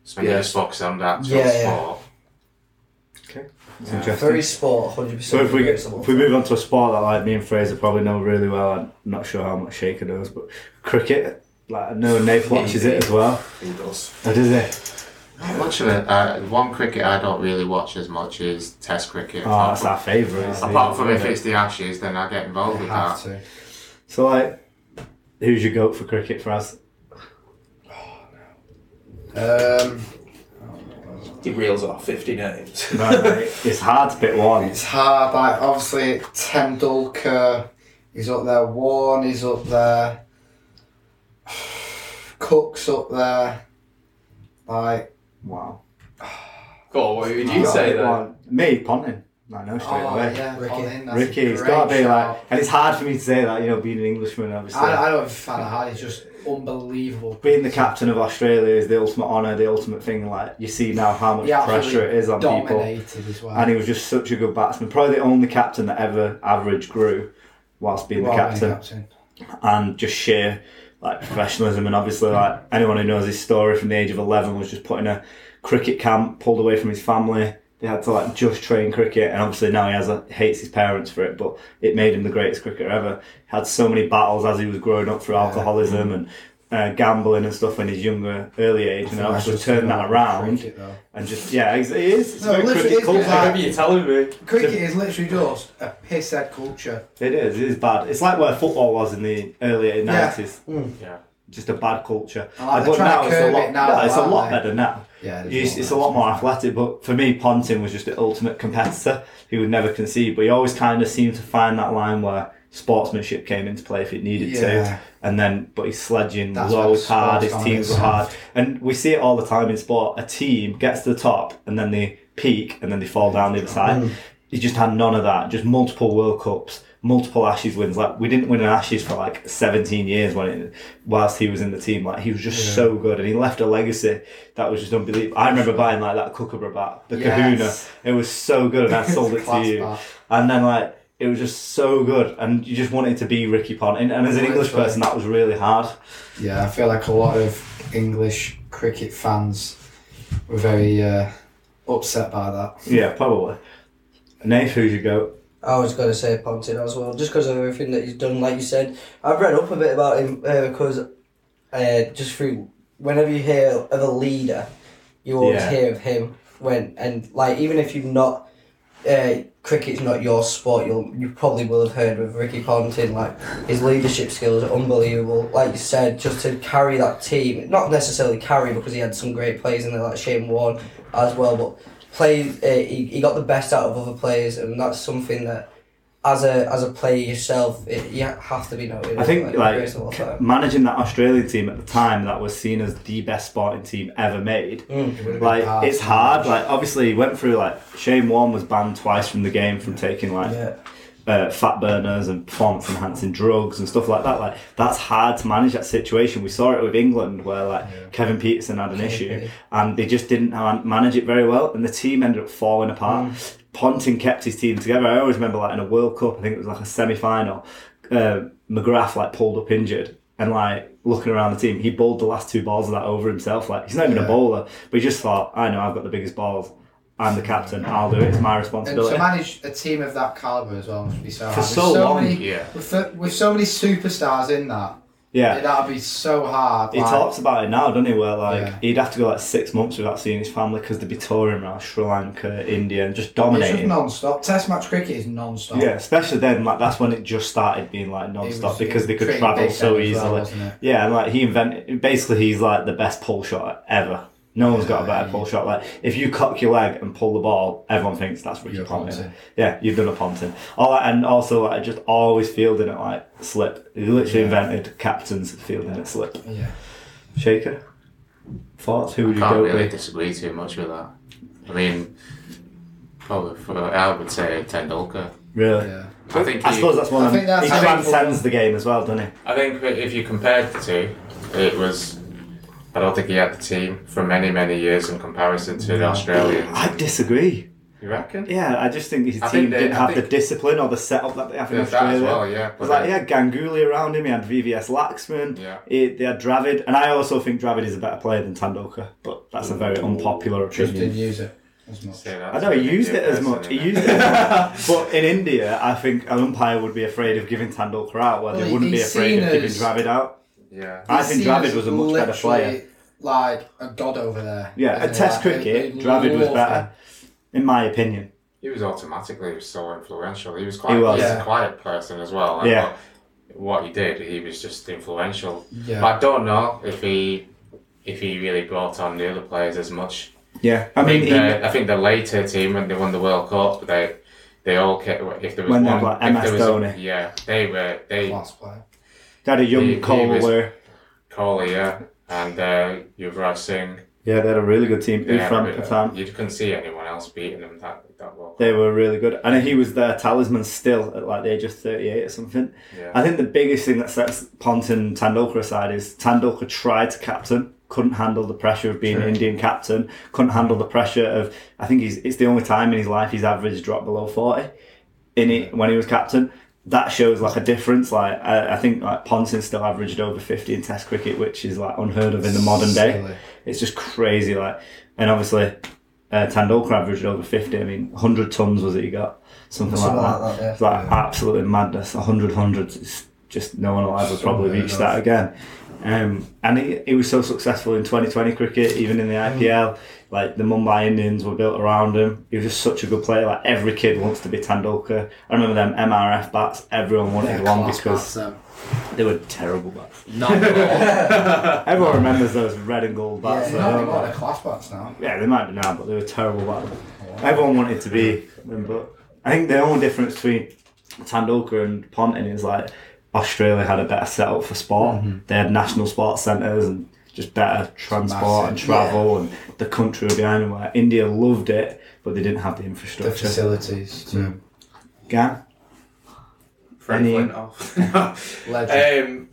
S5: So when you
S1: Yeah.
S5: just focus on that
S4: Yeah,
S5: yeah,
S4: yeah.
S5: sport.
S3: It's
S5: Yeah.
S3: interesting.
S4: Very sport, hundred
S3: so
S4: percent.
S3: if we if we move on to a sport that like me and Fraser probably know really well, I'm not sure how much Shaker knows, but cricket. Like I know Nate watches it as well.
S1: He does.
S3: Oh, does he?
S5: Not much of it. Uh, one cricket I don't really watch as much is Test cricket.
S3: Oh, that's our favourite. isn't it?
S5: apart from if it's the Ashes, then I get involved with that.
S2: to
S3: So like, who's your goat for cricket for us?
S2: um,
S1: He reels off 50 names.
S3: it's hard to pick one.
S2: it's hard like obviously Tendulkar he's up there Warren is up there Cook's up there like
S3: Wow.
S1: Go on, what would you
S3: Gotta
S1: say
S3: pick
S1: then?
S3: one. Me, Ponting. I know straight
S2: oh
S3: away.
S2: yeah
S4: Ricky.
S2: Colin, that's a
S3: Ricky, it's
S2: great
S3: got to be
S2: shout.
S3: like, and it's hard for me to say that, you know, being an Englishman, obviously.
S2: I, I don't find it hard it's just unbelievable
S3: being the captain of Australia is the ultimate honour, the ultimate thing. Like you see now how much
S2: He absolutely
S3: pressure it is on people,
S2: dominated as well
S3: and he was just such a good batsman. Probably the only captain that ever average grew whilst being
S2: Well,
S3: the captain,
S2: captain.
S3: and just sheer like professionalism. And obviously, like anyone who knows his story from the age of eleven was just put in a cricket camp, pulled away from his family. They had to like just train cricket, and obviously now he has a, hates his parents for it, but it made him the greatest cricketer ever. Had so many battles as he was growing up through alcoholism and uh, gambling and stuff when he's younger, early age, and obviously turn that around and just yeah, it's, it is. It's
S2: No,
S3: a very
S2: literally,
S3: cricket
S2: it's
S3: culture.
S2: like-
S1: Whatever you're telling me.
S2: Cricket is literally just a pisshead culture.
S3: It is. It is bad. It's like where football was in the early nineties.
S5: Yeah.
S3: Just a bad culture.
S2: Mm. I like they're
S3: but
S2: trying
S3: now
S2: to
S3: it's a
S2: curb
S3: lot.
S2: it now,
S3: no, it's a
S2: aren't
S3: lot
S2: they?
S3: better now.
S2: Yeah, it is
S3: It's,
S2: not
S3: it's a
S2: nice.
S3: lot more athletic, but for me, Ponting was just the ultimate competitor. He would never concede, but he always kind of seemed to find that line where sportsmanship came into play if it needed
S2: Yeah.
S3: to. And then, but his sledging
S2: That's
S3: was
S2: where
S3: always hard.
S2: sports
S3: His
S2: gone
S3: teams were
S2: missing.
S3: hard, and we see it all the time in sport. A team gets to the top, and then they peak, and then they fall down the other side. He just had none of that. Just multiple World Cups, multiple Ashes wins. Like we didn't win an Ashes for like 17 years when it, whilst he was in the team. Like he was just so good, and he left a legacy that was just unbelievable. I remember buying like that Kookaburra bat, the
S2: Yes.
S3: Kahuna. It was so good, and I sold it to
S2: Class
S3: you.
S2: bat.
S3: And then like it was just so good, and you just wanted to be Ricky Ponting. And as an English
S2: Literally.
S3: person, that was really hard.
S2: Yeah, I feel like a lot of English cricket fans were very uh, upset by that.
S3: Yeah, probably. Nath, who's your goat?
S4: I was going to say Ponting as well, just because of everything that he's done, like you said. I've read up a bit about him because uh, just through whenever you hear of a leader, you always
S3: Yeah.
S4: hear of him when and like even if you've not. Uh, cricket's not your sport. You'll you probably will have heard of Ricky Ponting. Like his leadership skills are unbelievable. Like you said, just to carry that team, not necessarily carry because he had some great players in there like Shane Warne as well, but play uh, he, he got the best out of other players and that's something that as a as a player yourself it, you have to be noted
S3: I think
S4: every single
S3: like
S4: time.
S3: managing that Australian team at the time that was seen as the best sporting team ever made. Like it's hard. Like obviously he went through like Shane Warne was banned twice from the game from taking like
S4: yeah
S3: uh, fat burners and performance enhancing drugs and stuff like that. Like that's hard to manage that situation. We saw it with England where like Kevin Peterson had an issue and they just didn't ha- manage it very well, and the team ended up falling apart. Ponting kept his team together. I always remember like in a World Cup, I think it was like a semi final. Uh, McGrath like pulled up injured. And like looking around the team, he bowled the last two balls of that over himself. Like he's not even a
S2: Yeah.
S3: bowler, but he just thought, "I know I've got the biggest balls. I'm the captain. I'll do it. It's my
S2: And to
S3: responsibility."
S2: manage a team of that caliber as well must be so hard.
S3: For
S2: With
S3: so long,
S2: many,
S5: yeah.
S2: With, with so many superstars in that,
S3: yeah,
S2: that'd be so hard.
S3: He
S2: like-
S3: talks about it now, doesn't he? Where like
S2: Yeah.
S3: he'd have to go like six months without seeing his family because they'd be touring around Sri Lanka, India, and just
S2: It's just
S3: dominating.
S2: non-stop. Test match cricket is non-stop.
S3: yeah, especially then, like that's when it just started being like
S2: It
S3: non-stop
S2: was
S3: because they could
S2: pretty
S3: travel
S2: big then
S3: so
S2: as well,
S3: easily.
S2: wasn't it?
S3: yeah, and like he invented. Basically, he's like the best pull shot ever. No one's got a better pull shot. Like if you cock your leg and pull the ball, everyone thinks that's Ricky
S2: You're a
S3: Ponting.
S2: Ponting.
S3: Yeah, you've done a Ponting. All that, and also like just always fielding it like slip. He literally invented captains fielding it slip.
S2: Yeah.
S3: Shaker. Thoughts? Who would you
S5: Can't
S3: go
S5: really
S3: with?
S5: disagree too much with that. I mean, probably for, I would say Tendulkar.
S3: Really?
S2: Yeah.
S5: I think
S3: I
S5: he-
S3: suppose that's
S2: I
S3: one. Of
S2: think
S3: them.
S2: that's
S3: He
S2: how people-
S3: transcends the game as well, doesn't he?
S5: I think that if you compared the two, it was. I don't think he had the team for many, many years in comparison to the Australian.
S3: I disagree.
S5: You reckon?
S3: Yeah, I just think his
S5: I
S3: team
S5: think they-
S3: didn't
S5: I
S3: have the
S5: think-
S3: discipline or the setup that they have in
S5: Yeah, that
S3: Australia.
S5: as well, yeah.
S3: It was
S5: But
S3: like
S5: I-
S3: he had Ganguly around him. He had VVS Laxman.
S5: Yeah.
S3: He, they had Dravid, and I also think Dravid is a better player than Tandulkar, but that's a very unpopular
S2: Just didn't
S3: opinion.
S2: use it as much.
S5: Say that
S3: I
S5: to
S3: know he
S5: an
S3: used it
S5: Indian
S3: as
S5: person,
S3: much. He
S5: innit?
S3: used it, as much. but in India, I think an umpire would be afraid of giving Tandulkar out, where
S2: Well,
S3: they
S2: he-
S3: wouldn't be
S2: he's
S3: afraid
S2: seen
S3: of giving
S2: as-
S3: Dravid out.
S5: Yeah.
S3: I think
S2: He's seen
S3: Dravid
S2: as
S3: was a much better player.
S2: literally, Like a god over there.
S3: Yeah,
S2: Isn't
S3: at
S2: he?
S3: Test
S2: Like, they-
S3: cricket,
S2: they
S3: Dravid was
S2: love
S3: better, in my opinion.
S5: He was automatically he was so influential. He was quite
S3: He was.
S5: he's
S2: Yeah.
S5: a quiet person as well. I
S3: Yeah.
S5: thought What he did, he was just influential.
S2: him. Yeah.
S5: But I don't know if he if he really brought on the other players as much.
S3: Yeah, uh, I
S5: I
S3: mean,
S5: think,
S3: he,
S5: the, I think the later team when they won the World Cup, they they all kept if there was
S3: When they
S5: one,
S3: had, like,
S5: if
S3: MS
S5: there was-
S3: Dhoni.
S5: yeah, they were they
S2: class player.
S3: they had a
S5: he-
S3: young uh,
S5: he
S3: Cole
S5: was-
S3: were.
S5: Kohli, yeah, and uh, Yuvraj Singh.
S3: Yeah, they had a really good team.
S5: They
S3: Yeah, uh,
S5: had
S3: Ufram
S5: a bit-
S3: Pathan.
S5: you couldn't see anyone else beating them that that World Cup.
S3: They were really good, and he was their talisman still at like the age of thirty-eight or something.
S5: Yeah.
S3: I think the biggest thing that sets Ponting and Tandulkar aside is Tandulkar tried to captain, couldn't handle the pressure of being an Indian captain, couldn't handle the pressure of. I think he's it's the only time in his life he's average dropped below forty. in it when he was captain. That shows like a difference. Like I, I think like Ponting still averaged over fifty in Test cricket, which is like unheard of in the modern day.
S2: Silly.
S3: It's just crazy. Like, and obviously uh, Tandulkar averaged over fifty. I mean, hundred tons was it he got something,
S4: Something
S3: like,
S4: like
S3: that.
S4: that, yeah.
S3: It's like absolutely madness. 100 hundreds. It's just no one will ever probably
S2: Unheard
S3: reach
S2: of.
S3: that again. Um, and he, he was so successful in 2020 cricket, even in the IPL. Like the Mumbai Indians were built around him. He was just such a good player. Like every kid wants to be Tandulkar. I remember them MRF bats. Everyone wanted one
S2: Class
S3: because
S2: pass, um,
S3: they were terrible bats.
S2: Not anymore.
S3: Everyone remembers those red and gold
S2: yeah,
S3: bats. though,
S2: not
S3: don't
S2: anymore.
S3: they?
S2: They're class bats now.
S3: Yeah, they might be now, but they were terrible back then. Everyone wanted to be them, but I think the only difference between Tandulkar and Ponting is like Australia had a better setup for sport.
S2: Mm-hmm.
S3: They had national sports centres and just better transport and
S2: massive,
S3: travel, and the country were behind them. Where India loved it, but they didn't have the
S2: The
S3: infrastructure.
S2: facilities too.
S3: Gan,
S1: Frank
S3: Any-
S1: went off.
S2: Legend.
S1: um,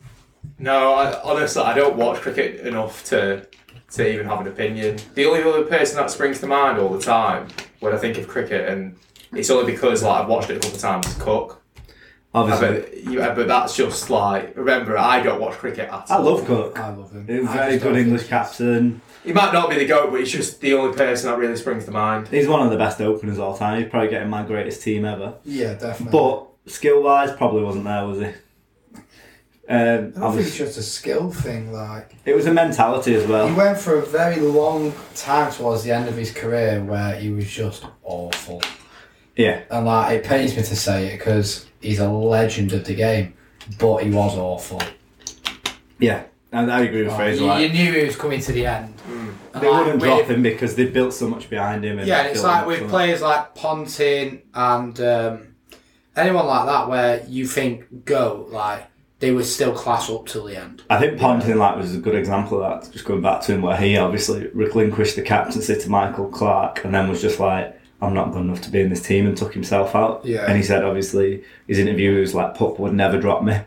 S1: no, I, honestly, I don't watch cricket enough to to even have an opinion. The only other person that springs to mind all the time when I think of cricket, and it's only because like I've watched it a couple of times, is Cook.
S3: obviously, I,
S1: But, you, uh, but that's just like remember, I don't watch cricket at all.
S3: love Cook.
S2: I love him.
S3: He's a
S2: I
S3: very
S2: just
S3: good
S2: don't
S3: English
S2: think he's-
S3: captain.
S1: He might not be the goat, but he's just the only person that really springs to mind.
S3: He's one of the best openers of all time. He's probably getting my greatest team ever.
S2: Yeah, definitely.
S3: But skill wise, probably wasn't there, was he? Um,
S2: I don't think it's
S3: obviously-
S2: just a skill thing. Like
S3: it was a mentality as
S2: he
S3: well.
S2: went for a very long time towards the end of his career where he was just awful.
S3: Yeah,
S2: and like it pains me to say it because he's a legend of the game, but he was awful.
S3: yeah, and I agree with Fraser.
S2: Oh, you,
S3: like, Mm.
S2: you knew he was coming to the end. And,
S3: they
S2: like,
S3: wouldn't
S2: with-
S3: drop him because they built so much behind him. And
S2: Yeah, and it's
S3: built him
S2: like
S3: up so
S2: with
S3: much.
S2: players like Ponting and um, anyone like that, where you think go like they were still class up till the end.
S3: I think Ponting like was a good example of that. Just going back to him, where he obviously relinquished the captaincy to Michael Clark, and then was just like, "I'm not good enough to be in this team," and took himself out.
S2: Yeah.
S3: And he said, obviously, his interview was like, "Pup would never drop me,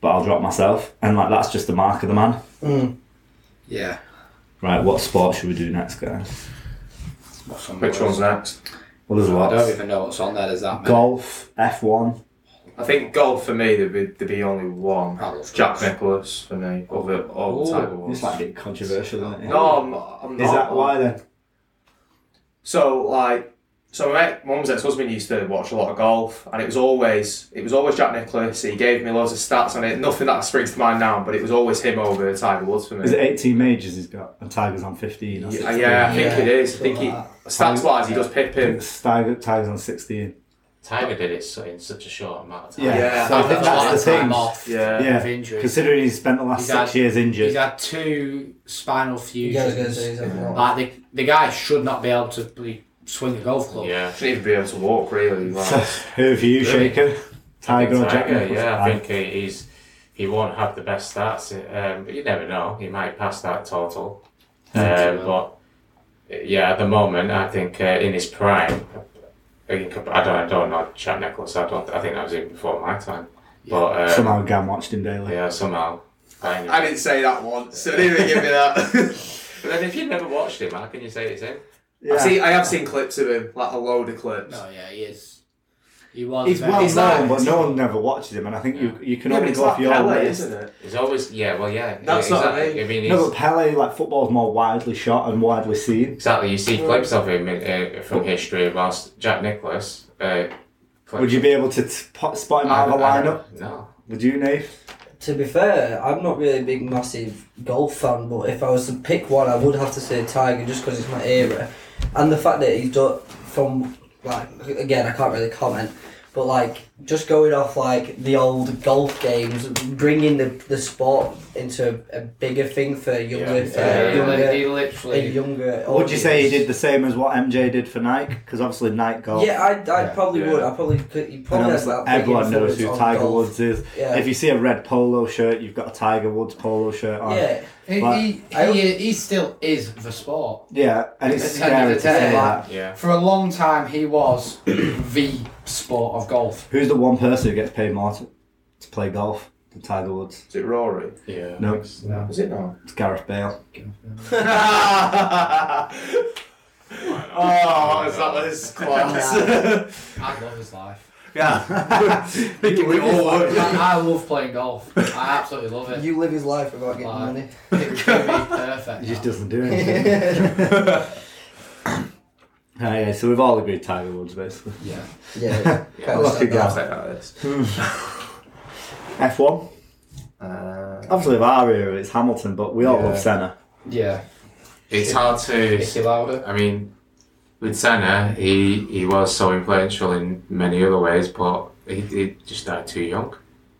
S3: but I'll drop myself," and like that's just the mark of the man.
S2: Yeah.
S3: Right, what sport should we do next, guys?
S2: What's on
S1: Which
S2: the
S1: one's
S2: list?
S1: next?
S3: Well, there's
S2: I
S3: lots.
S2: don't even know what's on there. There's that many.
S3: Golf, F1.
S1: I think golf for me, there'd be, there'd be only one.
S2: I love
S1: Jack
S2: golf.
S1: Nicklaus for me, over over
S2: Ooh,
S1: Tiger Woods.
S3: It's like a bit controversial, isn't it?
S1: No, I'm, I'm not.
S3: Is that why then?
S1: So like, so my ex- mum's ex-husband used to watch a lot of golf, and it was always it was always Jack Nicklaus. He gave me loads of stats on it. Nothing that springs to mind now, but it was always him over Tiger Woods for me.
S3: Is it 18 majors he's got and Tiger's on 15? Or
S1: yeah,
S3: 16?
S1: yeah, I think
S4: Yeah.
S1: it is. I think he stats wise, he does pip him.
S3: It's Tiger, Tiger's on 16.
S5: Tiger did it so in such a short amount of time.
S3: Yeah,
S1: Yeah,
S3: so I
S1: I've
S3: think
S1: had a lot
S3: that's the
S2: time
S3: thing.
S2: off.
S1: Yeah.
S3: Yeah,
S2: Of injury.
S3: considering he's spent the last
S2: He's
S3: six
S2: had-
S3: years
S2: He's
S3: injured.
S2: had two spinal
S4: You guys are going to
S2: fusions.
S4: say something wrong.
S2: Like the, the guy should not be able to be, swing a golf club.
S5: Yeah.
S1: Shouldn't even be able to walk really.
S3: So,
S1: Like.
S3: who have you,
S5: Really?
S3: Shaker? Tiger or Jack
S5: Tiger,
S3: Nicklaus?
S5: yeah, I
S3: Aye.
S5: think he, he's he won't have the best stats, um, but you never know. He might pass that total. Um, but yeah, at the moment, I think uh, in his prime, I think- I don't, I don't know Jack Nicklaus. I don't. I think that was even before my time. But um,
S3: Somehow Gam watched him daily.
S5: yeah, somehow. I knew.
S1: didn't say that once, so they didn't give me that.
S5: But then if you've never watched him, how can you say it's him?
S1: I
S3: Yeah.
S1: see. I have seen clips of him, like a load of clips.
S2: No, yeah, he is. He was.
S3: He's
S2: very-
S3: well
S1: he's
S3: known,
S1: like-
S3: but no one never watches him, and I think you you can
S1: Yeah, but
S3: only
S1: it's
S3: go off
S1: like
S3: your
S1: Pele,
S3: list.
S1: isn't it?
S5: He's always yeah. Well, yeah.
S1: That's
S5: yeah,
S1: not
S5: exactly.
S1: me.
S5: I mean, he's,
S3: No, but Pele, like football's more widely shot and widely seen.
S5: exactly. You see clips of him in, uh, from history, whilst Jack Nicklaus. Uh, clips
S3: Would you be able to t- pot- spot him out of a
S5: I- I-
S3: lineup?
S5: No.
S3: Would you, Nate?
S4: To be fair, I'm not really a big, massive golf fan, but if I was to pick one, I would have to say Tiger just because it's my era. And the fact that he's done from, like, again, I can't really comment, but like, just going off like the old golf games, bringing the, the sport into a, a bigger thing for younger,
S5: Yeah.
S4: for
S5: Yeah.
S2: he li-
S4: younger,
S2: he
S4: a
S2: literally.
S4: younger.
S3: Would you say he
S4: audience.
S3: did the same as what MJ did for Nike? Because obviously Nike golf.
S4: Yeah, I, I
S2: Yeah.
S4: probably would.
S1: Yeah.
S4: I probably could. You
S3: and
S4: probably has
S3: obviously
S4: that big
S3: everyone knows who
S4: influence on
S3: Tiger
S4: golf.
S3: Woods is.
S4: Yeah.
S3: If you see a red polo shirt, you've got a Tiger Woods polo shirt on.
S4: yeah.
S2: He, he,
S4: I-
S2: he, he still is the sport.
S3: Yeah, and it's
S2: At the end
S3: scary
S2: of
S3: to
S2: the day,
S3: say
S2: like-
S3: that.
S5: Yeah.
S2: For a long time, he was the sport of golf.
S3: Who's the one person who gets paid more to, to play golf than Tiger Woods?
S1: Is it Rory?
S5: Yeah.
S3: No,
S2: No.
S1: Is it not?
S3: it's Gareth Bale.
S1: oh, is that is class.
S2: I love his life.
S1: yeah. Thinking we all
S2: I,
S1: would.
S2: I love playing golf. I absolutely love it.
S4: You live his life without getting
S2: Like-
S4: money.
S2: It would be
S3: He
S2: perfect.
S3: just
S2: now.
S3: doesn't do anything. Ah, yeah, so we've all agreed Tiger Woods basically.
S2: Yeah.
S4: Yeah.
S5: Yeah.
S4: Kind of
S3: Lucky
S4: stuff.
S3: guy. F1?
S1: Uh,
S3: Obviously, of our era, it's Hamilton, but we all
S2: Yeah.
S3: love Senna.
S2: Yeah.
S5: It's hard to.
S2: If you allowed it.
S5: I mean, with Senna, he he was so influential in many other ways, but he, he just died too young.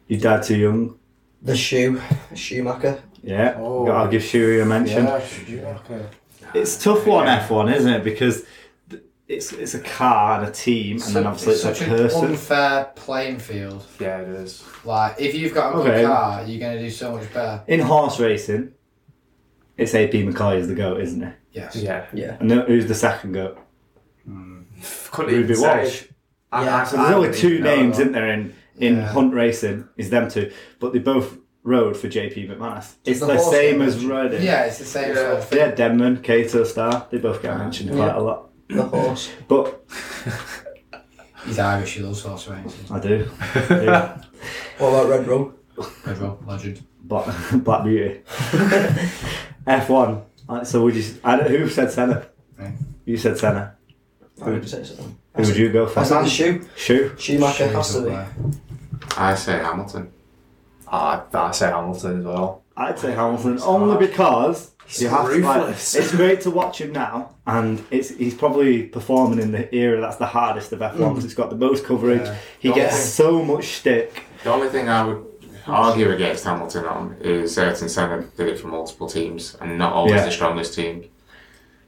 S3: He died too young.
S4: The shoe, Schumacher.
S3: Yeah,
S6: Oh.
S3: I'll give Shuri a mention.
S6: Yeah, should you? Okay.
S3: It's a tough one, F1, isn't it? Because th- it's it's a car and a team, and then obviously
S2: it's
S3: it's,
S2: such
S3: a
S2: an
S3: person.
S2: unfair playing field.
S1: Yeah, it is.
S2: Like, if you've got a good
S3: Okay.
S2: car, you're going to do so much better.
S3: in horse racing, it's AP McCoy is the goat, isn't it?
S2: Yes.
S1: Yeah.
S3: And who- who's the second goat?
S1: Couldn't even
S3: Ruby
S1: say.
S3: Walsh.
S1: I-
S4: Yeah.
S1: I-
S3: So there's
S1: I
S3: only
S1: don't
S3: two
S1: even know
S3: names,
S1: that.
S3: isn't there, in, in
S2: Yeah.
S3: hunt racing? Is them two, but they both rode for JP McManus. It's
S2: The
S3: the,
S2: horse
S3: same
S2: game,
S3: as
S2: actually.
S3: riding.
S2: Yeah, it's the same
S1: Yeah.
S2: sort of thing.
S3: Yeah, Denman, Cato, Star, they both get mentioned quite
S4: Yeah.
S3: a lot.
S4: The horse.
S3: But
S2: He's Irish, he loves horse racing.
S3: I do. I do.
S4: What about Red Bull?
S2: Everyone, legend.
S3: Black, Black Beauty. F1. Uh, So would you? s- I don't, who said Senna?
S2: Me.
S3: You said Senna.
S4: I would say something.
S3: Who would you go for?
S4: That's not the shoe.
S3: Shoe.
S4: Schumacher
S2: Sure,
S4: has to
S2: he's up
S4: be.
S2: there.
S5: I say Hamilton.
S1: I, I say Hamilton as well.
S3: I'd say Hamilton only because
S1: He's
S3: you have to, like,
S1: ruthless.
S3: it's great to watch him now, and it's he's probably performing in the era that's the hardest of F1 because it's got the most coverage.
S2: Yeah.
S3: He
S2: Don't
S3: gets
S2: think-
S3: so much shtick.
S5: The only thing I would argue against Hamilton on is Ayrton Senna did it for multiple teams and not always
S3: Yeah.
S5: the strongest team.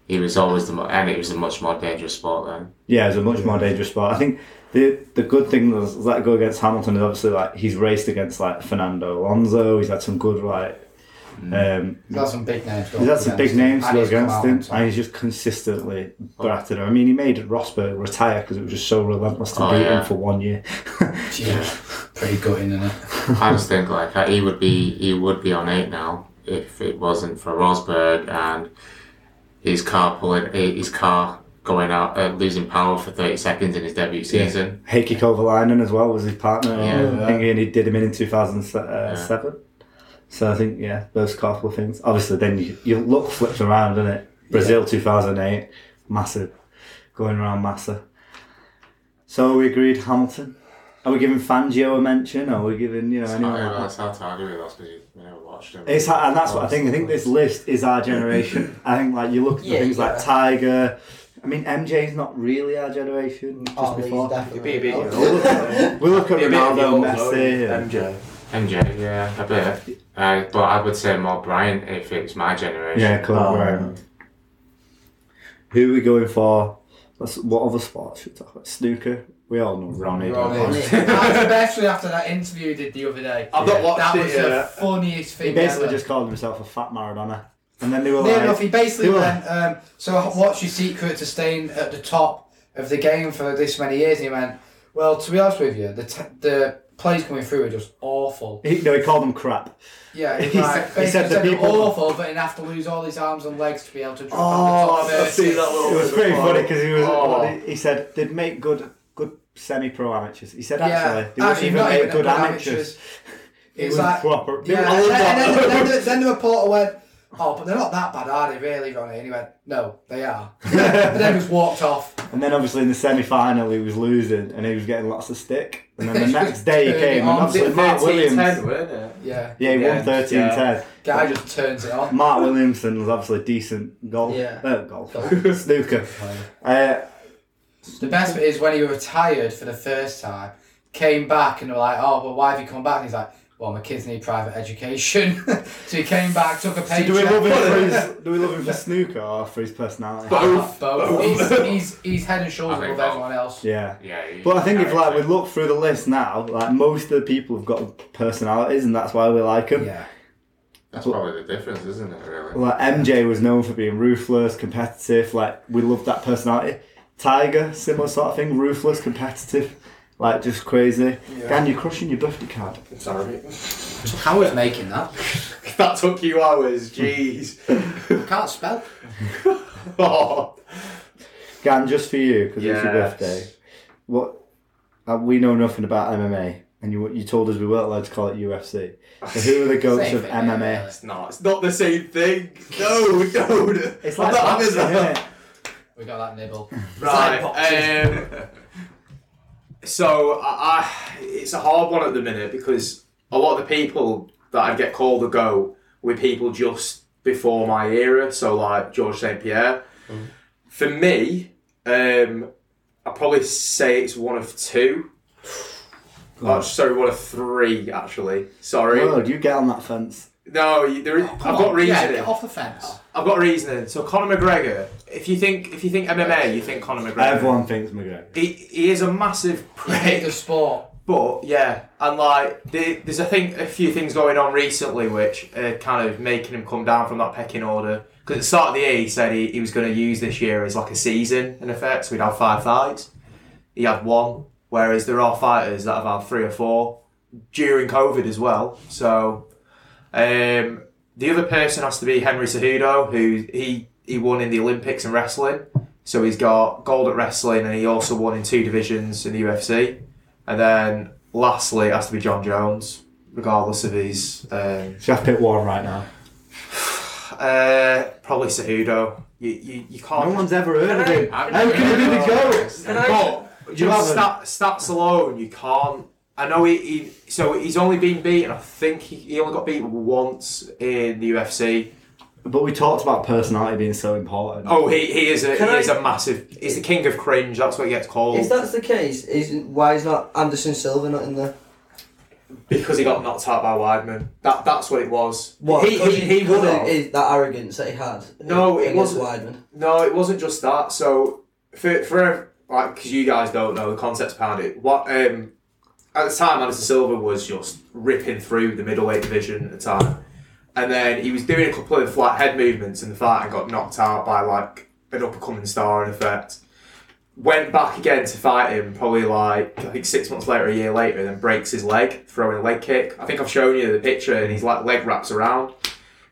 S5: He was always the mo- and it was a much more dangerous sport then.
S3: Yeah, it's a much more dangerous sport. I think the the good thing that's that go against Hamilton is obviously like he's raced against like Fernando Alonso. He's had some good like. Um,
S2: He's got some big names.
S3: he's had some big names to
S2: And
S3: go
S2: he's come
S3: against
S2: out
S3: him,
S2: on top. Oh.
S3: and he's just consistently battered him. I mean, he made Rosberg retire because it was just so relentless to
S5: Oh,
S3: beat
S5: yeah.
S3: him for one year.
S2: Yeah. Pretty gutting, isn't it?
S5: I just think like uh, he would be he would be on eight now if it wasn't for Rosberg and his car pulling eh, his car going out uh, losing power for thirty seconds in his debut season.
S3: Heikki Kovalainen as well was his partner.
S5: Yeah.
S3: I think he- and he did him in in 2007. So I think, yeah, those couple of things. Obviously, then you, your look flips around, doesn't it? Brazil 2008, massive. Going around Massa. So we agreed Hamilton. Are we giving Fangio a mention? Or are we giving, you know,
S5: It's hard-
S3: anyone like that?
S5: it's hard to argue with that because you never watched him.
S3: It's, ha- and that's what I think. I think this list is our generation. I think, like, you look at the
S4: Yeah,
S3: things
S4: yeah.
S3: like Tiger. I mean, MJ's not really our generation. Just
S4: Oh, he's
S3: before.
S1: It'd be a bit,
S4: definitely.
S1: you
S3: We'll
S4: out.
S1: know,
S3: look at, we'll look at
S1: it'd be a bit of
S3: Ronaldo,
S1: the old
S3: Messi.
S1: vote, MJ.
S5: MJ, yeah, a bit. Uh, but I would say more Brian if it's my generation.
S3: Yeah, Kobe
S1: Um,
S3: Bryant. Who are we going for? That's, what other sports should we talk about? Snooker. We all know Ronnie. don't we?
S2: Ronnie. That's especially after that interview he did the other day.
S1: I've not watched
S2: that
S1: it
S2: was the
S1: yet.
S2: funniest
S3: He
S2: thing.
S3: basically
S2: ever.
S3: just called himself a fat Maradona, and then they were
S2: Near
S3: like,
S2: enough. He basically
S3: They were-
S2: went. Um, so what's your secret to staying at the top of the game for this many years? And he went. Well, to be honest with you, the t- the plays coming through are just awful.
S3: he, no, he called them crap.
S2: Yeah,
S3: He
S2: he, like,
S3: said- he
S2: basically
S3: said
S2: said
S3: the
S2: they're
S3: people-
S2: awful, but he'd have to lose all his arms and legs to be able to. Drop
S3: Oh,
S2: on the top of
S1: I've seen that
S3: It
S1: little-
S3: was very funny because he was.
S1: Oh.
S3: what he, he said they'd make good, good semi-pro amateurs. He said
S2: Yeah,
S3: actually they wouldn't
S2: actually,
S3: even
S2: not
S3: make
S2: even
S3: good
S2: good
S3: amateurs.
S2: amateurs.
S3: It
S2: It's
S3: was
S2: like-
S3: proper. they
S2: Yeah,
S3: were all
S2: and then,
S3: proper.
S2: then, then, the- then the reporter went, "Oh, but they're not that bad, are they, really, Ronnie?" And he went, "No, they are." but then just walked off.
S3: And then obviously in the semi-final he was losing and he was getting lots of stick. And then the next day he
S2: Turning
S3: came and
S2: on.
S3: obviously Mark
S1: 13,
S3: Williams.
S1: 10, weren't it?
S2: Yeah,
S3: Yeah, he
S1: Yeah,
S3: won 13
S1: yeah.
S3: 10.
S2: guy just turns it on.
S3: Mark Williamson was obviously a decent golf.
S4: Yeah.
S3: Uh, golf.
S2: Golf.
S3: snooker. Uh,
S2: The best bit is when he retired for the first time, came back and they were like, "Oh, well, why have you come back?" And he's like, "Well, my kids need private education." so he came back, took a
S3: so
S2: paycheck.
S3: do we, love him for his, do we love him for snooker or for his personality?
S2: Both. He's, he's, he's head and shoulders
S5: I think
S2: above
S5: both.
S2: everyone else.
S3: Yeah.
S5: Yeah. he-
S3: But I think if like we
S5: character.
S3: look through the list now, like most of the people have got personalities and that's why we like them.
S2: Yeah.
S5: that's probably the difference, isn't it? Really.
S3: Like MJ was known for being ruthless, competitive. Like we loved that personality. Tiger, similar sort of thing, ruthless, competitive, like just crazy. Dan, you're crushing your birthday card.
S1: Sorry.
S2: How was making that?
S1: that took you hours, jeez.
S2: I can't spell.
S1: oh.
S3: Dan, just for you because it's your
S1: Yes.
S3: birthday. What? Uh, we know nothing about MMA, and you you told us we weren't allowed to call it UFC. So who are the goats
S2: Same
S3: of
S2: thing,
S3: MMA?
S1: It's not, it's not the same thing. No, no.
S3: It's
S1: I'm
S3: like
S1: not having
S3: boxing,
S1: that.
S3: isn't it?
S2: We got that nibble.
S1: Right.
S2: It's
S1: um, so I, I, it's a hard one at the minute because a lot of the people that I'd get called a go with people just before my era, so like George St. Pierre. For me, um, I'd probably say it's one of two. Oh, sorry, one of three, actually. Sorry.
S3: Oh, do you get on that fence?
S1: No, you, there, is- I've got
S2: Yeah,
S1: reasoning.
S2: get off the fence.
S1: I've got reasoning. So Conor McGregor, if you think if you think MMA, you think Conor McGregor.
S3: Everyone thinks McGregor.
S1: He, he is a massive
S2: Hate
S1: prick,
S2: the sport.
S1: but yeah, and like the, there's I think a few things going on recently which are kind of making him come down from that pecking order. Because at the start of the year, he said he, he was going to use this year as like a season in effect. So he'd have five fights. He had one, whereas there are fighters that have had three or four during COVID as well. So um, the other person has to be Henry Cejudo, who he he won in the Olympics in wrestling. So he's got gold at wrestling, and he also won in two divisions in the UFC. And then lastly, it has to be John Jones, regardless of his um,
S3: So you have to pick one right now.
S1: uh, probably Cejudo. You, you, you can't.
S3: No one's ever heard of
S4: Can I-
S3: him.
S5: I've
S3: How
S5: never
S3: can he be
S5: heard
S3: the
S5: of
S3: goat?
S5: this.
S4: Can I-
S1: But
S3: You
S1: just stat,
S3: haven't?
S1: stats alone, you can't. I know he, he. So he's only been beaten. I think he, he only got beat once in the UFC.
S3: But we talked about personality being so important.
S1: Oh, he, he is a
S4: Can
S1: he
S4: I-
S1: is a massive. He's the king of cringe. That's what he gets called
S4: If that's the case, is why is not Anderson Silva not in there?
S1: because he got knocked out by Weidman. That that's what it was.
S4: What?
S1: he he, he would have.
S4: is that arrogance that he had.
S1: No, it
S4: against
S1: wasn't.
S4: Weidman.
S1: No, it wasn't just that. So for for like because you guys don't know the concepts behind it. What um at the time, Anderson Silva was just ripping through the middleweight division at the time, and then he was doing a couple of flat head movements in the fight and got knocked out by like an up and coming star in effect. Went back again to fight him, probably like I think six months later, a year later, and then breaks his leg throwing a leg kick. I think I've shown you the picture, and his like leg wraps around.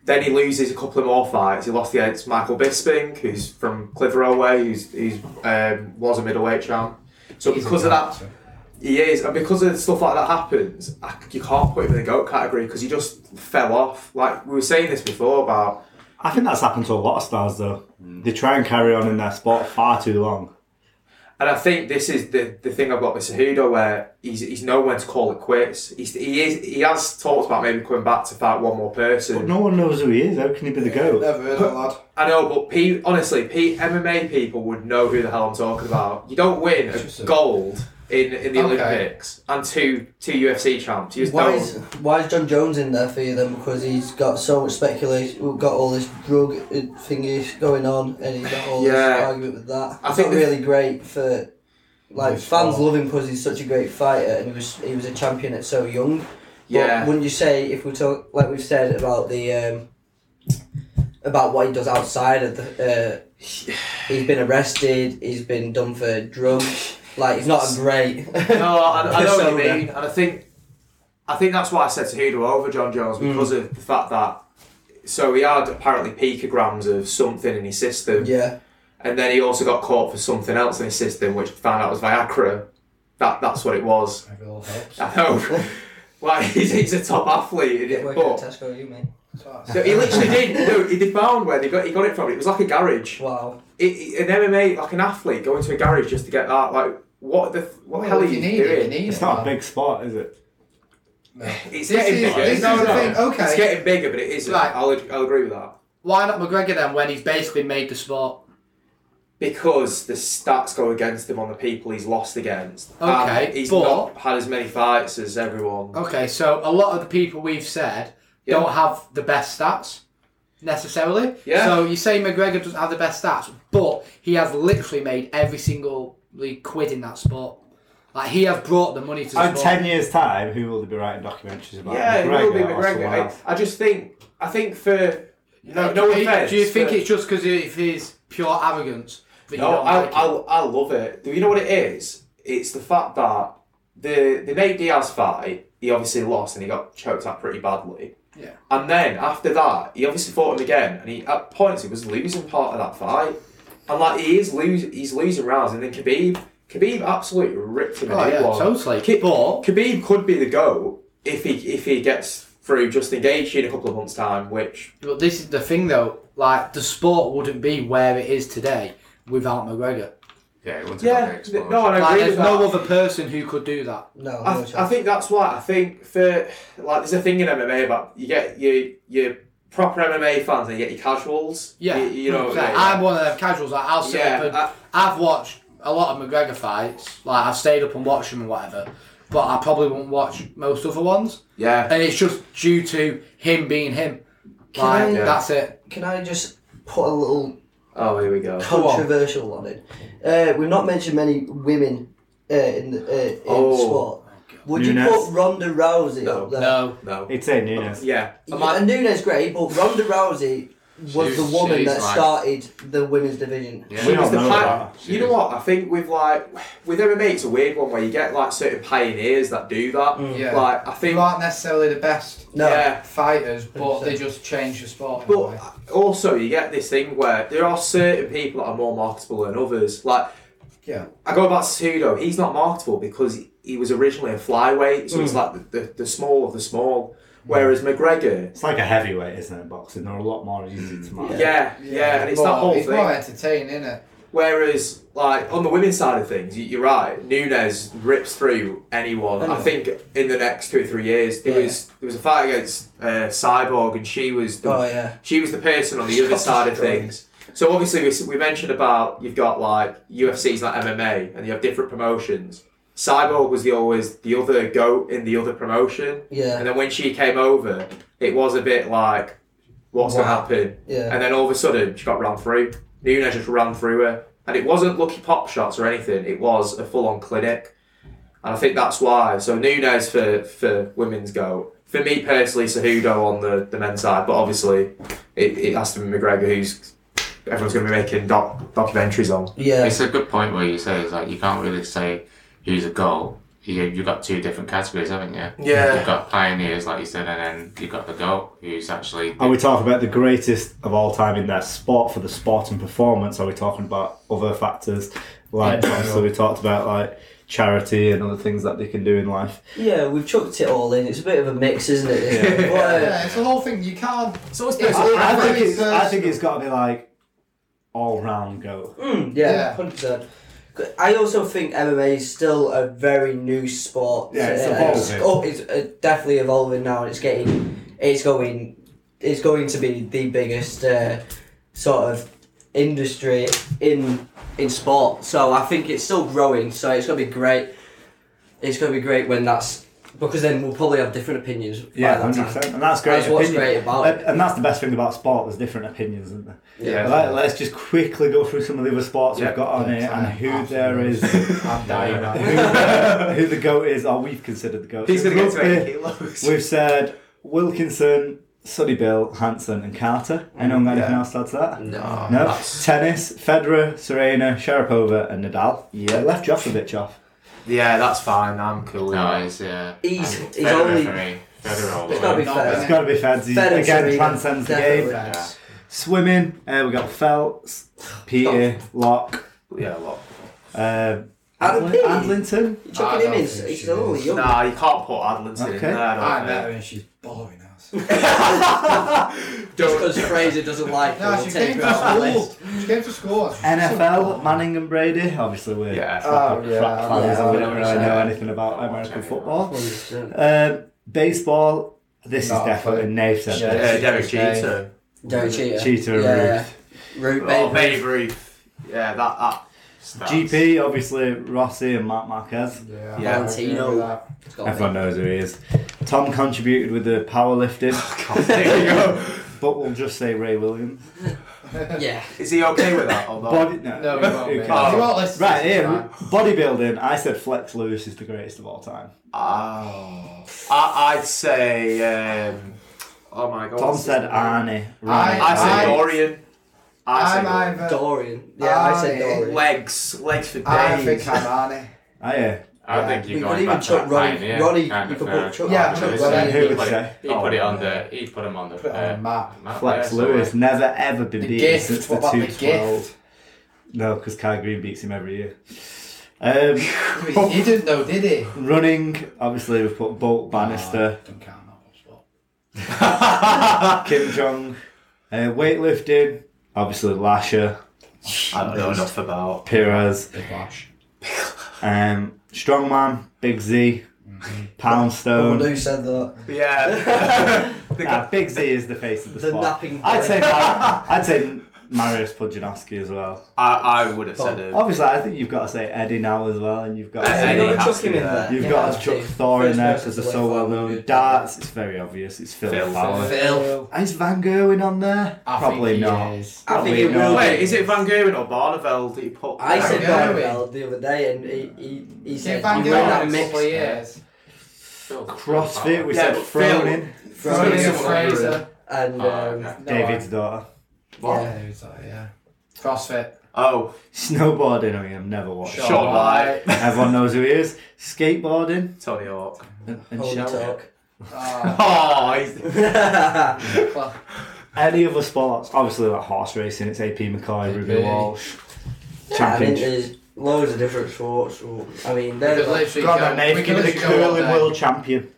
S1: Then he loses a couple of more fights. He lost against Michael Bisping, who's from Clitheroe way, who's who's um, was a middleweight champ. So because of that, he is, and because of stuff like that happens, I, you can't put him in the goat category because he just fell off. Like we were saying this before about
S3: I think that's happened to a lot of stars though.
S1: Mm.
S3: They try and carry on in their sport far too long.
S1: And I think this is the, the thing I've got with Cejudo where he's, he's nowhere to call it quits. He's, he is he has talked about maybe coming back to fight one more person.
S3: But no one knows who he is. How can he be the goat?
S2: Never heard of that lad.
S1: I know, but P, honestly, P, MMA people would know who the hell I'm talking about. You don't win
S6: Just
S1: a
S6: a-
S1: gold in, in the
S2: Okay.
S1: Olympics and two two UFC champs. You just
S4: Why
S1: don't.
S4: is why is John Jones in there for you then? Because he's got so much speculation, we've got all this drug uh, thingy going on, and he's got all
S1: Yeah.
S4: this argument with that.
S1: I
S4: I
S1: think
S4: think not
S1: the-
S4: really great for like
S6: Nice
S4: fans
S6: sport.
S4: love him because he's such a great fighter, and he was he was a champion at so young. But
S1: yeah.
S4: wouldn't you say if we talk like we've said about the um, about what he does outside of the, uh, he's been arrested, he's been done for drugs. Like he's not a great.
S1: no, I, I know what you
S4: persona.
S1: mean, and I think, I think that's why I said Cejudo over John Jones
S4: Hmm.
S1: because of the fact that. So he had apparently picograms of something in his system,
S4: Yeah.
S1: and then he also got caught for something else in his system, which found out was Viagra. That that's what it was.
S6: Maybe it all helps.
S1: I know.
S4: Oh.
S1: like he's, he's a top athlete,
S4: Get
S1: and-
S4: working at
S1: but
S4: Tesco, you mate.
S1: so he literally did. No, he did found where they got he got it from. It was like a garage.
S4: Wow.
S1: It, it- an MMA like an athlete going to a garage just to get that. Like what the what the hell are
S2: if
S1: you
S2: you need
S1: doing?
S2: it, you need
S3: It's
S2: it,
S3: not a
S2: man.
S3: big sport, is it?
S1: It's
S2: This
S1: getting
S2: is-
S1: bigger.
S5: this
S1: no,
S5: is the
S1: no.
S2: thing, okay.
S1: It's getting bigger, but it isn't.
S2: Right.
S1: I'll, I'll agree with that.
S2: Why not McGregor then when he's basically made the sport?
S1: Because the stats go against him on the people he's lost against.
S2: Okay,
S1: And he's
S2: but- Oh.
S1: not had as many fights as everyone.
S2: Okay, so a lot of the people we've said
S1: Yeah.
S2: don't have the best stats necessarily.
S1: Yeah.
S2: So you say McGregor doesn't have the best stats, but he has literally made every single league quid in that sport. Like he has brought the money to the
S3: In
S2: sport.
S3: ten years' time, who will they be writing documentaries about?
S1: Yeah, it will be
S3: or
S1: McGregor.
S3: someone
S1: I,
S3: else?
S1: I just think, I think for no,
S2: do,
S1: no
S2: you,
S1: offense.
S2: do you think
S1: but-
S2: it's just because of his pure arrogance that you
S1: No,
S2: don't
S1: I,
S2: like
S1: I,
S2: it?
S1: I love it. Do you know what it is? It's the fact that the the Nate Diaz fight, he obviously lost and he got choked out pretty badly.
S2: Yeah.
S1: And then after that, he obviously fought him again, and he at points he was losing part of that fight, and like he is losing, he's losing rounds, and then Khabib, Khabib absolutely ripped him. a
S2: Oh
S1: new
S2: yeah,
S1: one.
S2: totally.
S1: Ki-
S2: But
S1: Khabib could be the go if he if he gets through Justin Gaethje in a couple of months' time, which
S2: but this is the thing though. Like the sport wouldn't be where it is today without McGregor.
S5: Yeah, it wouldn't have
S1: Yeah,
S5: had the
S1: th- no, I
S2: Like,
S1: agree with
S2: there's
S1: that.
S2: no other person who could do that.
S4: No,
S1: I,
S4: no
S1: I
S4: chance.
S1: think that's why I think for like there's a thing in MMA about you get your your proper MMA fans and you get your casuals.
S2: Yeah,
S1: you, you know.
S2: 100%.
S1: yeah,
S2: I'm one of them casuals. Like, I'll sit
S1: Yeah,
S2: up and,
S1: I-
S2: I've watched a lot of McGregor fights. Like I've stayed up and watched them and whatever, but I probably won't watch most other ones.
S1: yeah.
S2: And it's just due to him being him.
S4: Can
S2: Like
S4: I-
S2: that's it.
S4: Can I just put a little
S1: Oh, here we go.
S2: Go on.
S4: controversial one in? Uh, we've not mentioned many women uh, in the uh, in
S1: Oh.
S4: sport. Would
S3: Nunes.
S4: you put Ronda Rousey
S1: No.
S4: up there?
S2: No,
S1: No.
S3: It's a Nunes.
S1: Yeah.
S4: Yeah, and Nunes great, but Ronda Rousey was
S5: She's-
S4: the woman
S5: she's
S4: that
S5: like-
S4: started the women's division.
S5: Yeah.
S1: She
S3: We
S1: was
S3: don't
S1: the
S3: know
S1: pi-
S3: that.
S1: you know what? I think with like with MMA, it's a weird one where you get like certain pioneers that do that.
S2: Yeah.
S1: Like I think.
S2: you aren't necessarily the best
S4: No.
S1: Yeah.
S2: fighters, but they just change the sport. in a way.
S1: But also, you get this thing where there are certain people that are more marketable than others. Like,
S2: Yeah.
S1: I go back to Sudo. He's not marketable because he was originally a flyweight, so
S4: Hmm.
S1: it's like the, the, the small of the small. Whereas McGregor,
S3: It's like a heavyweight, isn't it? Boxing. They're a lot more easy to
S1: Mm. yeah,
S3: manage.
S1: yeah, and it's that
S2: more-
S1: whole
S2: it's
S1: thing.
S2: more entertaining, isn't it?
S1: Whereas, like on the women's side of things, you- you're right. Nunez rips through anyone.
S4: I know.
S1: I think in the next two or three years, there
S4: Yeah.
S1: was there was a fight against uh, Cyborg, and she was the
S4: Oh yeah.
S1: She was the person on the other
S4: Scottish
S1: side of
S4: drawing.
S1: things. So obviously we, we mentioned about you've got like UFC's like MMA and you have different promotions. Cyborg was the always the other goat in the other promotion.
S4: Yeah.
S1: And then when she came over, it was a bit like, what's gonna
S4: Wow.
S1: happen?
S4: Yeah.
S1: And then all of a sudden she got ran through. Nunes just ran through her. And it wasn't lucky pop shots or anything, it was a full on clinic. And I think that's why. So Nunes for, for women's goat. For me personally, Cejudo on the, the men's side, but obviously it, it has to be McGregor who's everyone's going to be making doc, documentaries on.
S4: Yeah.
S5: It's a good point where you say is like you can't really say who's a goal. You you've got two different categories, haven't you?
S1: Yeah.
S5: You've got pioneers, like you said, and then you've got the goal who's actually
S3: Are we talking about the greatest of all time in their sport for the sport and performance? Are we talking about other factors like so we talked about like charity and other things that they can do in life?
S4: Yeah, we've chucked it all in. It's a bit of a mix, isn't it? this one? But, uh,
S2: Yeah, it's the whole thing. You can't.
S1: So it's
S2: It's-
S1: personal
S3: I think
S1: preference.
S3: it's, I think it's got to be like all round go.
S4: mm,
S2: Yeah.
S4: yeah, hundred percent. I also think MMA is still a very new sport.
S3: Yeah, it's
S4: Uh,
S3: evolving.
S4: oh, it's uh, definitely evolving now. and It's getting, it's going, it's going to be the biggest uh, sort of industry in in sport. So I think it's still growing. So it's gonna be great. It's gonna be great when that's because then we'll probably have different opinions. by
S3: Yeah,
S4: that
S3: hundred
S4: time.
S3: percent, and that's great.
S4: That's what's
S3: opinion.
S4: great about
S3: and,
S4: it.
S3: and that's the best thing about sport. There's different opinions, isn't there?
S1: Yeah.
S3: Let, let's just quickly go through some of the other sports
S1: Yeah.
S3: we've got on here and who there is,
S2: I'm dying. right now.
S3: who, who the goat is, or we've considered the goat.
S1: He's going to get to
S3: Rugby,
S1: 80 kilos.
S3: We've said Wilkinson, Sonny Bill, Hanson, and Carter.
S4: Mm,
S3: Anyone got anything else to add to that?
S4: No.
S3: No.
S1: that's-
S3: Tennis, Federer, Serena, Sharapova, and Nadal.
S1: Yeah.
S3: They left Djokovic off.
S1: Yeah, that's fine. I'm cool. with
S5: no,
S1: that.
S5: oh, it's uh, um, yeah.
S4: He's-
S5: Federer
S4: he's only-
S5: for me. Federer all the
S4: It's gotta
S5: way.
S4: be fair.
S3: It's got to be Feds. He
S4: Federer,
S3: again
S4: Serena,
S3: transcends the game.
S4: definitely.
S3: Swimming, uh, we got Phelps, Peter, Locke,
S1: yeah, a lot.
S3: uh,
S4: Adam
S3: Adlin-
S4: Peay.
S3: Adlington.
S2: I
S4: You're chucking him
S2: don't
S4: in.
S2: think
S4: He's
S2: she
S4: still
S2: is.
S4: young.
S1: Nah, you can't put Adlinson in
S3: Okay.
S1: there.
S2: I
S1: I
S2: met her
S1: don't
S2: and she's boring us.
S1: think.
S4: Just
S1: Don't-
S4: because Fraser doesn't like her,
S2: No,
S4: we'll
S2: she
S4: take
S2: came
S4: her
S2: to
S4: off the list.
S2: school. She came to school.
S3: NFL, Manning and Brady. Obviously, we're
S1: Yeah.
S3: crap,
S2: Oh, yeah.
S3: crap fans
S4: Yeah,
S3: and we don't really
S4: 100%.
S3: know anything about American football.
S4: Derek
S3: Um, baseball. This
S2: No,
S3: is definitely
S2: but-
S3: Nate said
S2: Yeah.
S1: Uh,
S3: this.
S1: Derek Jeter.
S4: Cheater.
S3: Cheetah
S4: Yeah. Root
S1: Oh,
S4: baby.
S1: Babe Ruth. Yeah, that, that.
S5: Stats.
S3: Ruth. GP, obviously Rossi and Matt Marquez.
S2: Yeah,
S1: Yeah.
S2: I agree with that.
S4: It's got
S3: Everyone knows who he is. Tom contributed with the powerlifting,
S2: Oh,
S1: There you go.
S3: but we'll just say Ray Williams.
S4: me. Yeah.
S1: Is he okay with that or not?
S3: Body, no,
S2: No, we won't.
S3: who
S2: mate.
S3: cares?
S2: You won't listen to
S3: Right,
S2: this
S3: here,
S2: guy.
S3: bodybuilding. I said Flex Lewis is the greatest of all time.
S1: Oh, I, I'd say. Um, oh my god.
S3: Tom
S1: what's his
S3: said
S1: name?
S3: Arnie.
S2: I-
S1: I say
S2: I-
S1: Dorian. I
S2: I'm
S1: say Dorian.
S2: either.
S4: Dorian. Yeah, I said
S2: Uh, I-
S4: Dorian.
S1: legs, legs for days.
S2: I think I'm Arnie.
S3: I, yeah.
S5: I think
S4: We
S5: you're
S4: could
S5: going
S4: even
S5: back to
S4: chuck
S5: that
S4: Ronnie-
S5: pioneer
S4: Ronnie,
S5: kind
S4: you
S5: of,
S4: could
S5: uh,
S4: put Chuck-
S2: Yeah,
S5: Ronnie
S2: Chuck
S5: Lewis.
S2: Ronnie.
S5: He
S3: Who would
S5: put it-
S3: say?
S5: He put it
S4: "Oh,
S5: on
S2: Yeah.
S5: the. He put him on the.
S2: Put it on
S5: uh,
S2: the map.
S5: map, yeah,
S3: Flex
S5: so,
S3: Lewis
S5: uh,
S3: never ever been
S2: The
S3: beaten
S2: gift,
S3: since
S2: what
S3: the
S2: about the
S3: 212. No, because Kai Green beats him every year. Um,
S2: He didn't know, did he?
S3: running, obviously, we've put Bolt Bannister,
S2: Don't count that one spot.
S3: Kim Jong. Uh, weightlifting, obviously, Lasher.
S1: I don't know enough about
S3: Perez,
S6: Clash.
S3: um, Strongman, Big Z,
S4: Oh,
S3: Poundstone.
S4: who said that?
S1: yeah.
S3: Nah, Big Z is the face of the,
S4: The
S3: spot.
S4: napping
S3: I'd
S4: boy.
S3: say Mar- I'd say Marius Pudzianowski as well.
S1: I, I would have said
S4: Oh,
S1: it.
S3: Obviously, I think you've got to say Eddie now as well, and you've got to
S1: Eddie.
S3: say
S1: Eddie.
S4: gotta
S1: has
S4: chuck
S1: to
S4: him
S1: be
S4: in
S1: there.
S4: there.
S3: You've
S4: You
S3: got
S4: have
S3: to chuck
S4: to.
S3: Thor in
S4: First
S3: there
S4: person
S3: because
S4: to
S3: they're
S4: win
S3: so well
S4: five
S3: known.
S4: hundred.
S3: Darts, it's very obvious. It's Phil,
S1: Phil
S3: Fowler.
S1: Fowler.
S4: Phil.
S3: Is Van Gerwen on there?
S2: I
S3: Probably
S2: think he
S3: not.
S2: is.
S4: I think
S3: Probably
S4: it will
S3: not.
S4: be.
S1: Wait, is it Van Gerwen or Barneveld that you put?
S4: I said
S2: Van
S4: Van Gaal the other day, and he he, he
S2: Yeah,
S4: said
S2: Van
S4: you
S2: Gaal
S4: went that
S2: in a couple of
S4: mix.
S2: years.
S3: CrossFit, we
S1: Yeah,
S3: said
S1: but
S3: Fronin,
S4: Froning
S2: Froning
S4: and
S2: and Fraser.
S4: And
S5: Oh,
S4: um,
S5: okay.
S2: No,
S3: David's daughter.
S2: I- Yeah, it was like, yeah. CrossFit.
S1: Oh,
S3: Snowboarding, I mean, I've never watched.
S2: Sure.
S3: it.
S1: Sean White.
S3: Everyone knows who he is. Skateboarding
S1: Tony Hawk.
S3: and, and
S4: Holy
S3: shouting.
S4: talk.
S2: Oh,
S1: Oh, he's...
S2: well,
S3: Any other sports? Obviously, like horse racing, it's AP McCoy, Ruby
S6: AP.
S3: Walsh,
S4: I mean,
S3: Championship.
S4: there's loads of different sports. so- I mean,
S2: we
S4: there's
S2: could
S4: like,
S2: literally
S3: God,
S2: go-
S3: that name.
S2: we
S3: Give
S2: could
S3: me the
S2: literally go all
S3: curling
S2: day.
S3: world champion.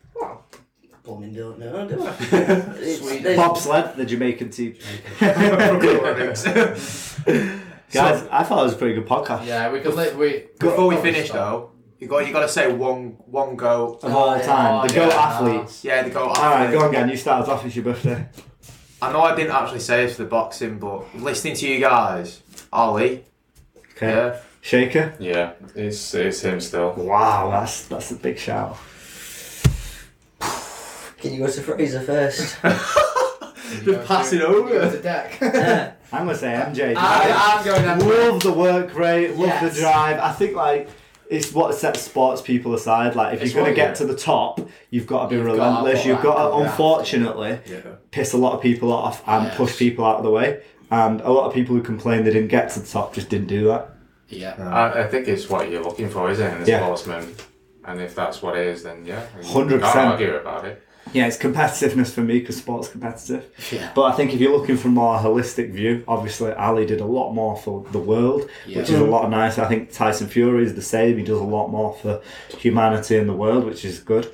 S4: blooming don't know, do I?
S2: Sweden.
S4: It's- there's-
S3: Bobsled, the Jamaican team. Guys, I thought it was a pretty good podcast.
S2: Yeah, we could li- we
S1: Before we
S2: could
S1: finish
S2: stop.
S1: though, you got you got to say one one go.
S3: Of all
S4: Oh,
S3: time, the
S2: yeah.
S3: GOAT
S2: Yeah.
S3: athletes.
S1: Yeah, the go.
S3: All right, go on, Gan. You started off. It's your birthday.
S1: I know I didn't actually say it for the boxing, but listening to you guys, Ali,
S3: Okay.
S1: yeah,
S3: Shaker.
S5: Yeah, it's it's him still.
S3: Wow, that's that's a big shout.
S4: Can you go to Fraser first?
S2: You
S1: They're
S2: go
S1: passing
S2: to-
S1: over.
S2: you go to deck.
S4: Uh,
S3: I'm gonna say MJ.
S2: I, I'm going down.
S3: love the work rate. Love
S2: Yes.
S3: the drive. I think like. It's what sets sports people aside. Like, if
S1: It's
S3: you're going
S1: what,
S3: to get
S1: yeah.
S3: to the top, you've got to be
S2: You've gotta
S3: relentless.
S2: put
S3: you've
S2: that
S3: got to,
S2: good effort.
S3: unfortunately,
S1: yeah.
S3: piss a lot of people off and
S2: Yes.
S3: push people out of the way. And a lot of people who complain they didn't get to the top just didn't do that.
S2: yeah.
S5: I, I think it's what you're looking for, isn't it, in a
S3: Yeah.
S5: sportsman? And if that's what it is, then yeah, you
S3: 100%.
S5: can't argue about it.
S3: Yeah, it's competitiveness for me because sports competitive.
S2: Yeah.
S3: But I think if you're looking for a more holistic view, obviously Ali did a lot more for the world,
S2: Yeah.
S3: which is a lot nicer. I think Tyson Fury is the same. He does a lot more for humanity and the world, which is good.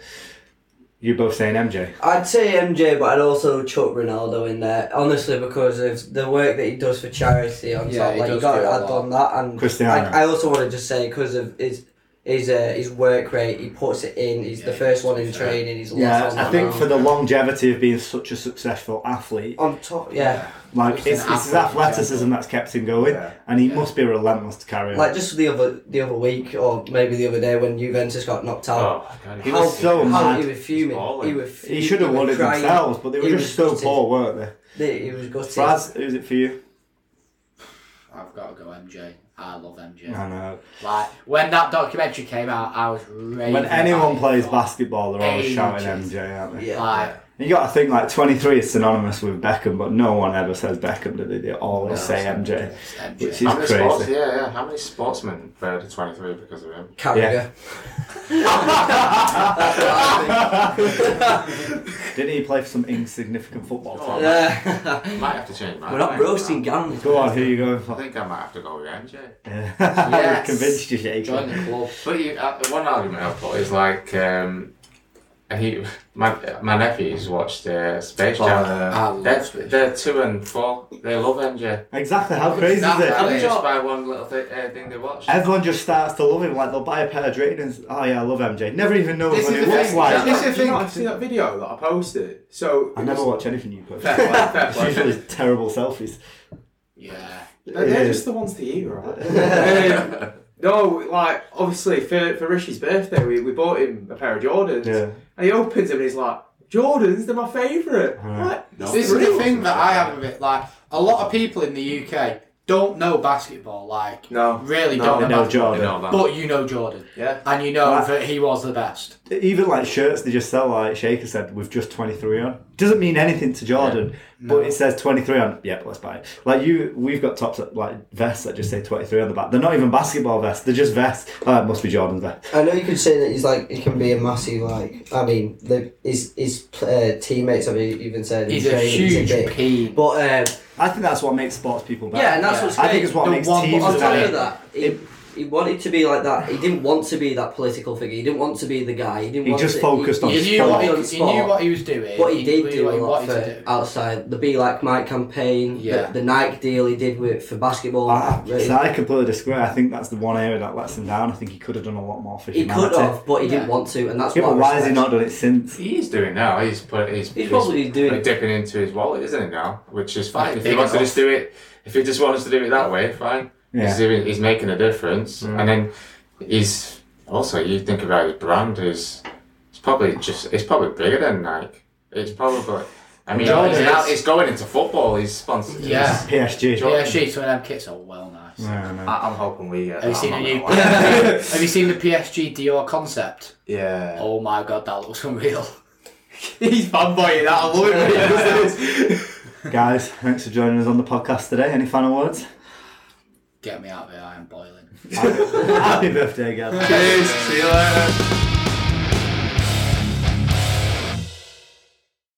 S3: You're both saying MJ.
S4: I'd say MJ, but I'd also chuck Ronaldo in there, honestly, because of the work that he does for charity on
S2: Yeah,
S4: top.
S2: he
S4: Like you
S2: does
S4: got
S2: do
S4: to
S2: a
S4: add
S2: lot.
S4: on that, and
S3: Cristiano.
S4: I, I also want to just say because of his his uh, his work rate, he puts it in. He's the
S2: Yeah,
S4: first one in
S2: he's fair.
S4: training. He's a lot
S3: Yeah,
S4: on
S3: I
S4: that
S3: think
S4: now.
S3: for the longevity of being such a successful athlete,
S4: on top, yeah.
S3: like
S2: Just
S3: it's,
S2: an
S3: it's his
S2: athlete in
S3: athleticism that's kept him going,
S1: Yeah.
S3: and he
S2: Yeah.
S3: must be relentless to carry on.
S4: Like just the other the other week or maybe the other day when Juventus got knocked out.
S5: Oh, my God,
S3: He was so
S4: How
S3: mad.
S4: he was fuming.
S5: Balling.
S4: He was.
S3: He should have
S4: he
S3: won
S4: was
S3: it
S4: crying.
S3: themselves, but they were
S4: He
S3: just
S4: was
S3: so
S4: gutted.
S3: poor, weren't they?
S4: They- He was gutted.
S3: Braz, who's it for you?
S6: I've got to go MJ. I love MJ.
S3: I know.
S6: Like when that documentary came out, I was raving.
S3: When anyone
S6: about it.
S3: plays basketball, they're always
S6: Ages.
S3: shouting MJ, aren't they?
S4: Yeah.
S6: like
S3: You got to think like 23 is synonymous with Beckham, but no one ever says Beckham, do they? They always
S6: No,
S3: say
S6: it's
S3: MJ, which
S6: it's MJ.
S3: is
S5: How many sports?
S3: crazy.
S5: Yeah, yeah. How many sportsmen failed to 23 because of him?
S4: Carragher.
S3: Didn't he play for some insignificant football
S5: Oh.
S3: team?
S4: Yeah.
S5: I might have to change my.
S4: We're not
S5: mind
S4: roasting
S5: now.
S4: Gannon.
S3: Go on, who you going
S5: I
S3: for?
S5: think I might have to go with MJ.
S3: Yeah.
S6: Yes.
S3: Convinced you, Jake.
S6: Join the club.
S5: But you, uh, one argument I've got is like, um, and he, my, my nephews watched uh, Space Jam.
S1: Uh,
S6: I love
S5: They're,
S6: Space Jam.
S5: they're two and four. They love MJ.
S3: Exactly, how crazy is it?
S2: Exactly.
S5: And just by one little thi- uh, thing they watched.
S3: Everyone just starts to love him, like they'll buy a pair of Drayton's. Oh yeah, I love MJ. Never even know what
S1: this
S3: he
S1: is the
S3: looks
S1: thing.
S3: like.
S1: This is the thing. I've seen that video that I posted. So
S3: I never watch anything you post.
S1: Fair play, fair
S3: It's
S1: play.
S3: usually terrible selfies.
S6: Yeah.
S1: They're,
S3: It
S1: they're
S3: is.
S1: just the ones to eat, right? Um, no, like obviously for, for Rishi's birthday, we, we bought him a pair of Jordans,
S3: Yeah.
S1: and he opens them and he's like, "Jordans, they're my favourite."
S3: Alright.
S1: Like,
S5: No.
S6: This is
S1: real.
S6: the thing that I have with it. Like a lot of people in the UK don't know basketball. Like
S1: No.
S6: really
S1: No,
S6: don't
S3: I
S6: know.
S3: know
S6: basketball.
S5: You
S3: Jordan.
S5: know that.
S6: But you know Jordan,
S1: Yeah.
S6: and you know
S3: Right.
S6: that he was the best.
S3: Even like shirts, they just sell like Shaker said with just twenty three on. Doesn't mean anything to Jordan, but it says twenty three on. Yep, let's buy it. Like you, we've got tops that, like vests that just say twenty three on the back. They're not even basketball vests. They're just vests. Oh, it must be Jordan's vest.
S4: I know you could say that he's like he can be a massive like I mean the, his his uh, teammates have even said
S6: He's
S4: he's
S6: a huge
S4: big.
S6: P.
S4: but um,
S3: I think that's what makes sports people better.
S4: yeah and that's
S6: Yeah.
S4: what's great
S3: I think it's what
S6: The
S3: makes
S6: one-
S3: teams
S4: on top
S3: better.
S4: of that he,
S3: It-
S4: he wanted to be like that. He didn't want to be that political figure. He didn't want to be the guy. He didn't.
S3: He
S4: want
S3: just
S4: to,
S3: focused on
S2: He
S3: He
S2: knew,
S3: knew
S2: what he,
S4: on
S2: he
S4: sport.
S2: knew what he was doing.
S4: What he did
S2: knew
S4: do
S2: what
S4: a
S2: he
S4: lot
S2: wanted
S4: for
S2: to do.
S4: outside the Be Like Mike campaign,
S2: Yeah.
S4: the, the Nike deal he did with for basketball.
S3: I,
S4: really.
S3: so I completely disagree. I think that's the one area that lets him down. I think he could have done a lot more for
S4: He
S3: humanity.
S4: could have, but he
S2: Yeah.
S4: didn't want to, and that's
S3: Yeah,
S4: why.
S3: but why has he not done it since?
S5: He is doing now. He's put. He's,
S4: He's probably doing-
S5: like, dipping into his wallet, isn't he now? Which is fine.
S2: Fine,
S5: If he
S2: big
S5: wants to
S2: enough.
S5: just do it, if he just wants to do it that way, fine.
S3: Yeah.
S5: He's doing. He's making a difference,
S2: Mm.
S5: and then he's also. You think about his brand is. It's probably just. It's probably bigger than Nike. It's probably. I mean,
S2: Jordan
S5: he's, now,
S2: is-
S5: he's going into football. He's sponsored.
S2: Yeah.
S3: PSG.
S2: Yeah, she's one of them kits are well nice.
S3: No, no.
S1: I, I'm hoping we get.
S2: Have you
S1: that,
S2: seen the
S1: Mm. I'm
S2: new?
S1: not gonna lie.
S2: Have you seen the PSG Dior concept?
S1: yeah.
S2: Oh my god, that looks unreal.
S1: He's fanboying that. I love it. when he does this.
S3: Guys, thanks for joining us on the podcast today. Any final words?
S2: Get me out of here! I am boiling.
S3: Happy birthday, Gab.
S1: Cheers. See you later.